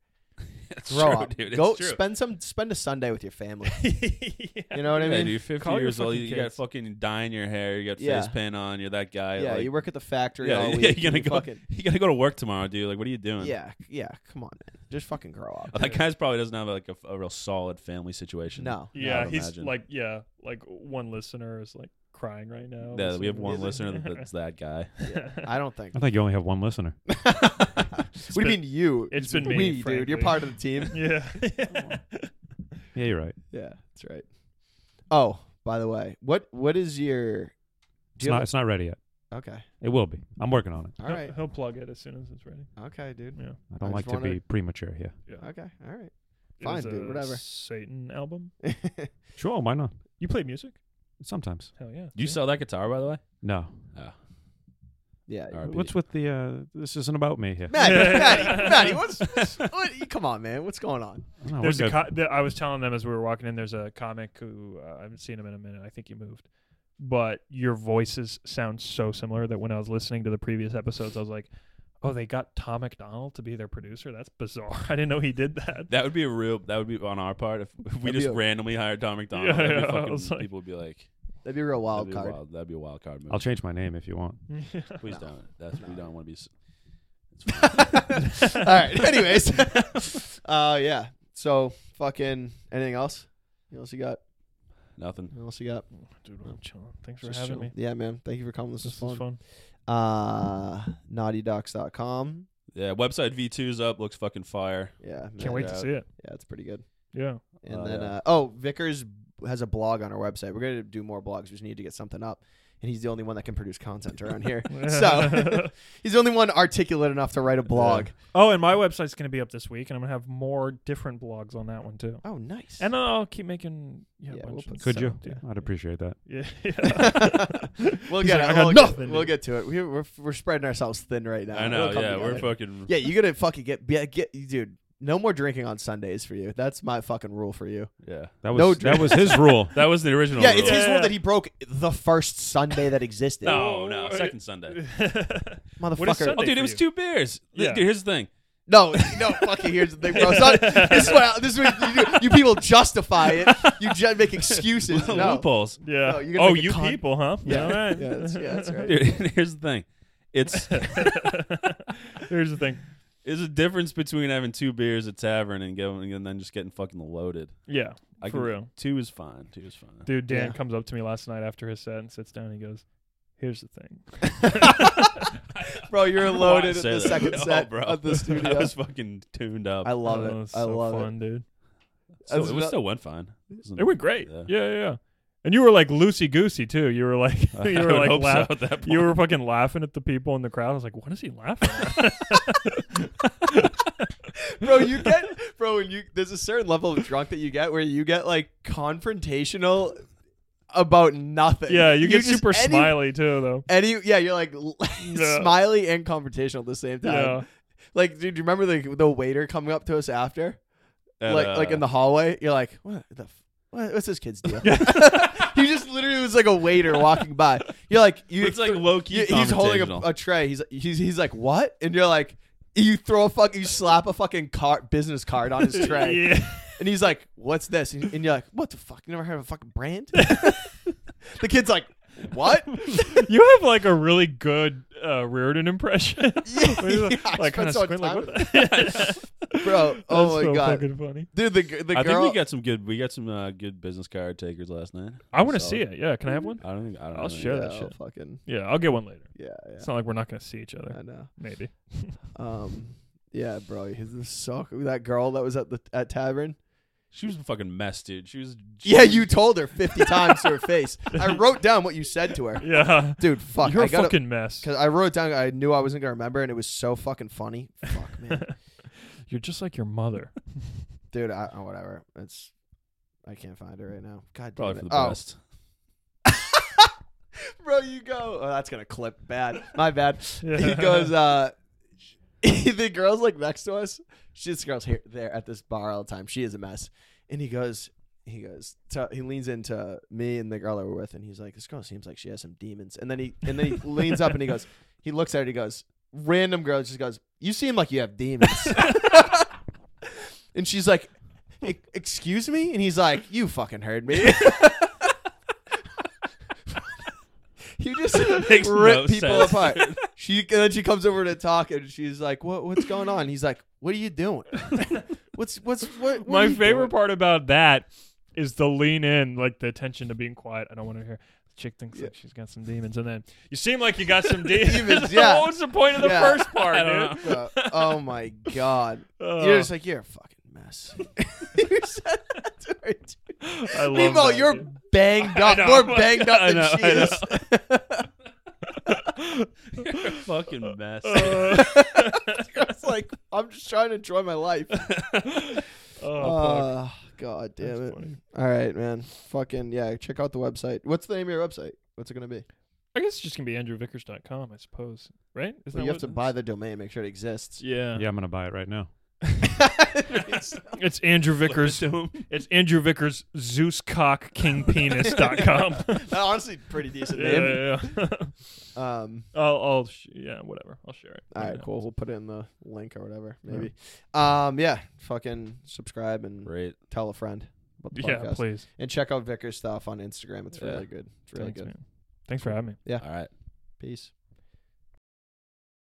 That's Grow true, up. dude. Go it's true. spend some spend a Sunday with your family. You yeah. know what I Yeah, mean? dude, you're 50 Call your years old. You, fucking you got kids. fucking dye in your hair. You got Yeah. face paint on. You're that guy. yeah, like- you work at the factory yeah, all yeah, week. you're gonna you go. fucking- You gotta go to work tomorrow, dude. Like, what are you doing? Oh, yeah, yeah. Come on, man. just fucking grow up. that guy's probably doesn't have like a, a real solid family situation. No, I Yeah, would he's imagine. like yeah, like one listener is like crying right now. Yeah, we have listening to one this. listener that's that guy. I don't think. I think you only have one listener. what do you been- mean you? it's been me, we, dude. You're frankly. part of the team. yeah. Yeah, you're right. yeah, that's right. Oh, by the way, what what is your? It's do you not. have It's not ready yet. a- okay. It will be. I'm working on it. All He'll- right. He'll plug it as soon as it's ready. Okay, dude. Yeah. I I don't like just to wanna- be premature here. Okay. All right. It Fine, was dude, a whatever. Satan album. Sure, why not? You play music? Sometimes. Hell yeah. You see? sell that guitar, by the way? No. yeah. All right. What's with the? uh This isn't about me here. Maddie, Maddie, Maddie, what's, what's what, come on, man? What's going on? I don't know, There's Oh, we're a good. co- the, I was telling them as we were walking in. There's a comic who uh, I haven't seen him in a minute. I think he moved, but your voices sound so similar that when I was listening to the previous episodes, I was like, "Oh, they got Tom McDonald to be their producer. That's bizarre. I didn't know he did that." That would be a real. That would be on our part if, if That'd be we just a- randomly hired Tom McDonald. Yeah, that'd be yeah, I fucking- was like- people would be like, That'd be a real that'd wild be, card. Wild, that'd be a wild card move. I'll change my name if you want. Please No. don't. That's we No. don't want to be. s- All right. Anyways, uh, yeah. So fucking anything else? What else you got? Nothing. What else you got? Dude, I'm chilling. Thanks for Just having chill. me. Yeah, man. Thank you for coming. This, This was is fun. fun. Uh, naughtydocs.com. Yeah, website V2's up. Looks fucking fire. Yeah, man. Can't wait to Yeah. see it. Yeah, it's pretty good. Yeah. And Oh, then, yeah. uh, oh, Vickers has a blog on our website. We're gonna do more blogs. We just need to get something up. And he's the only one that can produce content around here. so he's the only one articulate enough to write a blog. oh, and my website's gonna be up this week, and I'm gonna have more different blogs on that one too. Oh, nice. And uh, I'll keep making yeah, a Yeah, bunch we'll and put Could stuff, you? dude. I'd appreciate that. Yeah. we'll He's get it. like, I got we'll nothing. Get, dude. we'll get to it. We, we're we're spreading ourselves thin right now. I know. It'll come Yeah, we're together. fucking. Yeah, you're gonna fucking get yeah, get dude. No more drinking on Sundays for you. That's my fucking rule for you. Yeah, That was No that was his rule. that was the original. Yeah, it's rule. his rule Yeah. that he broke the first Sunday that existed. No, Oh, no, second Sunday. Motherfucker. Oh, Sunday dude, for it was you. two beers. Yeah. Dude, here's the thing. No, no, fucking here's the thing, bro. It's not- this is what this is what you, do. you people justify it. You ju- make excuses. No. Loopholes. Yeah. No, you're gonna oh, make a you con- people, huh? Yeah. All right. Yeah, that's, yeah, that's right. Dude, here's the thing. It's Here's the thing. there's a difference between having two beers at tavern and going and then just getting fucking loaded. Yeah, I for can- real, Two is fine. Two is fine. dude. Dan Yeah. comes up to me last night after his set and sits down. and He goes, "Here's the thing." Bro, you're Why loaded at say the that? second No, set bro. of the I studio. was fucking tuned up. I love Oh, it. it's I so love it. Mm. fun, dude. So was it was about- still went fine. wasn't- It went great. Yeah. Yeah, yeah. yeah. And you were like loosey goosey too. You were like, I you would were like, hope so laugh- at that point. you were fucking laughing at the people in the crowd. I was like, what is he laughing at? bro you get bro when you there's a certain level of drunk that you get where you get like confrontational about nothing yeah, you get just- super any- smiley too, though. any yeah you're like l- Yeah. smiley and confrontational at the same time Yeah, like dude do you remember the, the waiter coming up to us after At, like uh, like in the hallway you're like what the f- what, what's this kid's deal he just literally was like a waiter walking by you're like you It's like low key. you- he's holding a, a tray he's he's he's like what and you're like you throw a fuck you slap a fucking card business card on his tray yeah. And he's like, "What's this?" And, and you're like, "What the fuck? You never heard of a fucking brand?" the kid's like, "What?" you have like a really good uh, Reardon impression. Yeah, Where you're yeah, I like kind spent so of squint, like time what? the- Bro, oh That's my so god, fucking funny. dude, the g- the I girl. think we got some good. We got some uh, good business card takers last night. I want to Solid. see it. Yeah, can I have one? I don't think. I don't I'll know. share yeah, that Oh, shit. Fucking Yeah, I'll get one later. yeah, yeah. It's not like we're not gonna see each I other. know. Maybe. Um, yeah, bro, he's the so that girl that was at the at tavern. She was a fucking mess, dude. She was. she Yeah, was- you told her fifty times to her face. I wrote down what you said to her, Yeah, dude. Fuck, you're I a got fucking mess. because I wrote it down. I knew I wasn't gonna remember, and it was so fucking funny. Fuck, man. You're just like your mother. dude. I, oh, whatever. It's I can't find it right now. God damn probably it. for the oh, best. bro, you go. Oh, that's gonna clip bad. My bad. He Yeah. goes. uh The girl's like next to us. She, this girl's here, there at this bar all the time. She is a mess. And he goes. He goes. To, he leans into me and the girl that we're with, and he's like, "This girl seems like she has some demons." And then he and then he leans up and he goes. He looks at her. And he goes. Random girl just goes. You seem like you have demons. And she's like, "E- "Excuse me?" And he's like, "You fucking heard me." you just rip makes no people sense. apart. She and then she comes over to talk, and she's like, "What? What's going on?" He's like, "What are you doing? What's what's what?" what are My you favorite doing?" part about that is the lean in, like the attention to being quiet. I don't want to hear. The chick thinks like she's got some demons, and then you seem like you got some demons. Demons, yeah. What was the point of the Yeah. first part, I don't dude? Uh, oh my god! Oh, You're just like you're a fucking mess. you said that to her. Too. I love Meanwhile, that, you're dude. banged I up. know. More banged up I than know, she I know. is. You're a fucking mess. Uh, It's like I'm just trying to enjoy my life. oh, fuck. Oh god damn That's it! funny. All right, man. Fucking yeah. Check out the website. What's the name of your website? What's it gonna be? I guess it's just gonna be andrewvickers.com, I suppose. Right? Is Well, you have to buy the domain. Make sure it exists. Yeah. Yeah, I'm gonna buy it right now. It's Andrew Vickers. It's Andrew Vickers ZeusCockKingPenis.com. Honestly, pretty decent yeah, name. yeah, yeah. Um. I'll, I'll sh- yeah, whatever. I'll share it. All Yeah. right, cool. We'll put it in the link or whatever. Maybe. Um. Yeah. Fucking subscribe and Great. tell a friend about the Yeah, podcast. please. And check out Vickers stuff on Instagram. It's Yeah. really good. It's really Thanks, good. man. Thanks for having me. All right. Peace.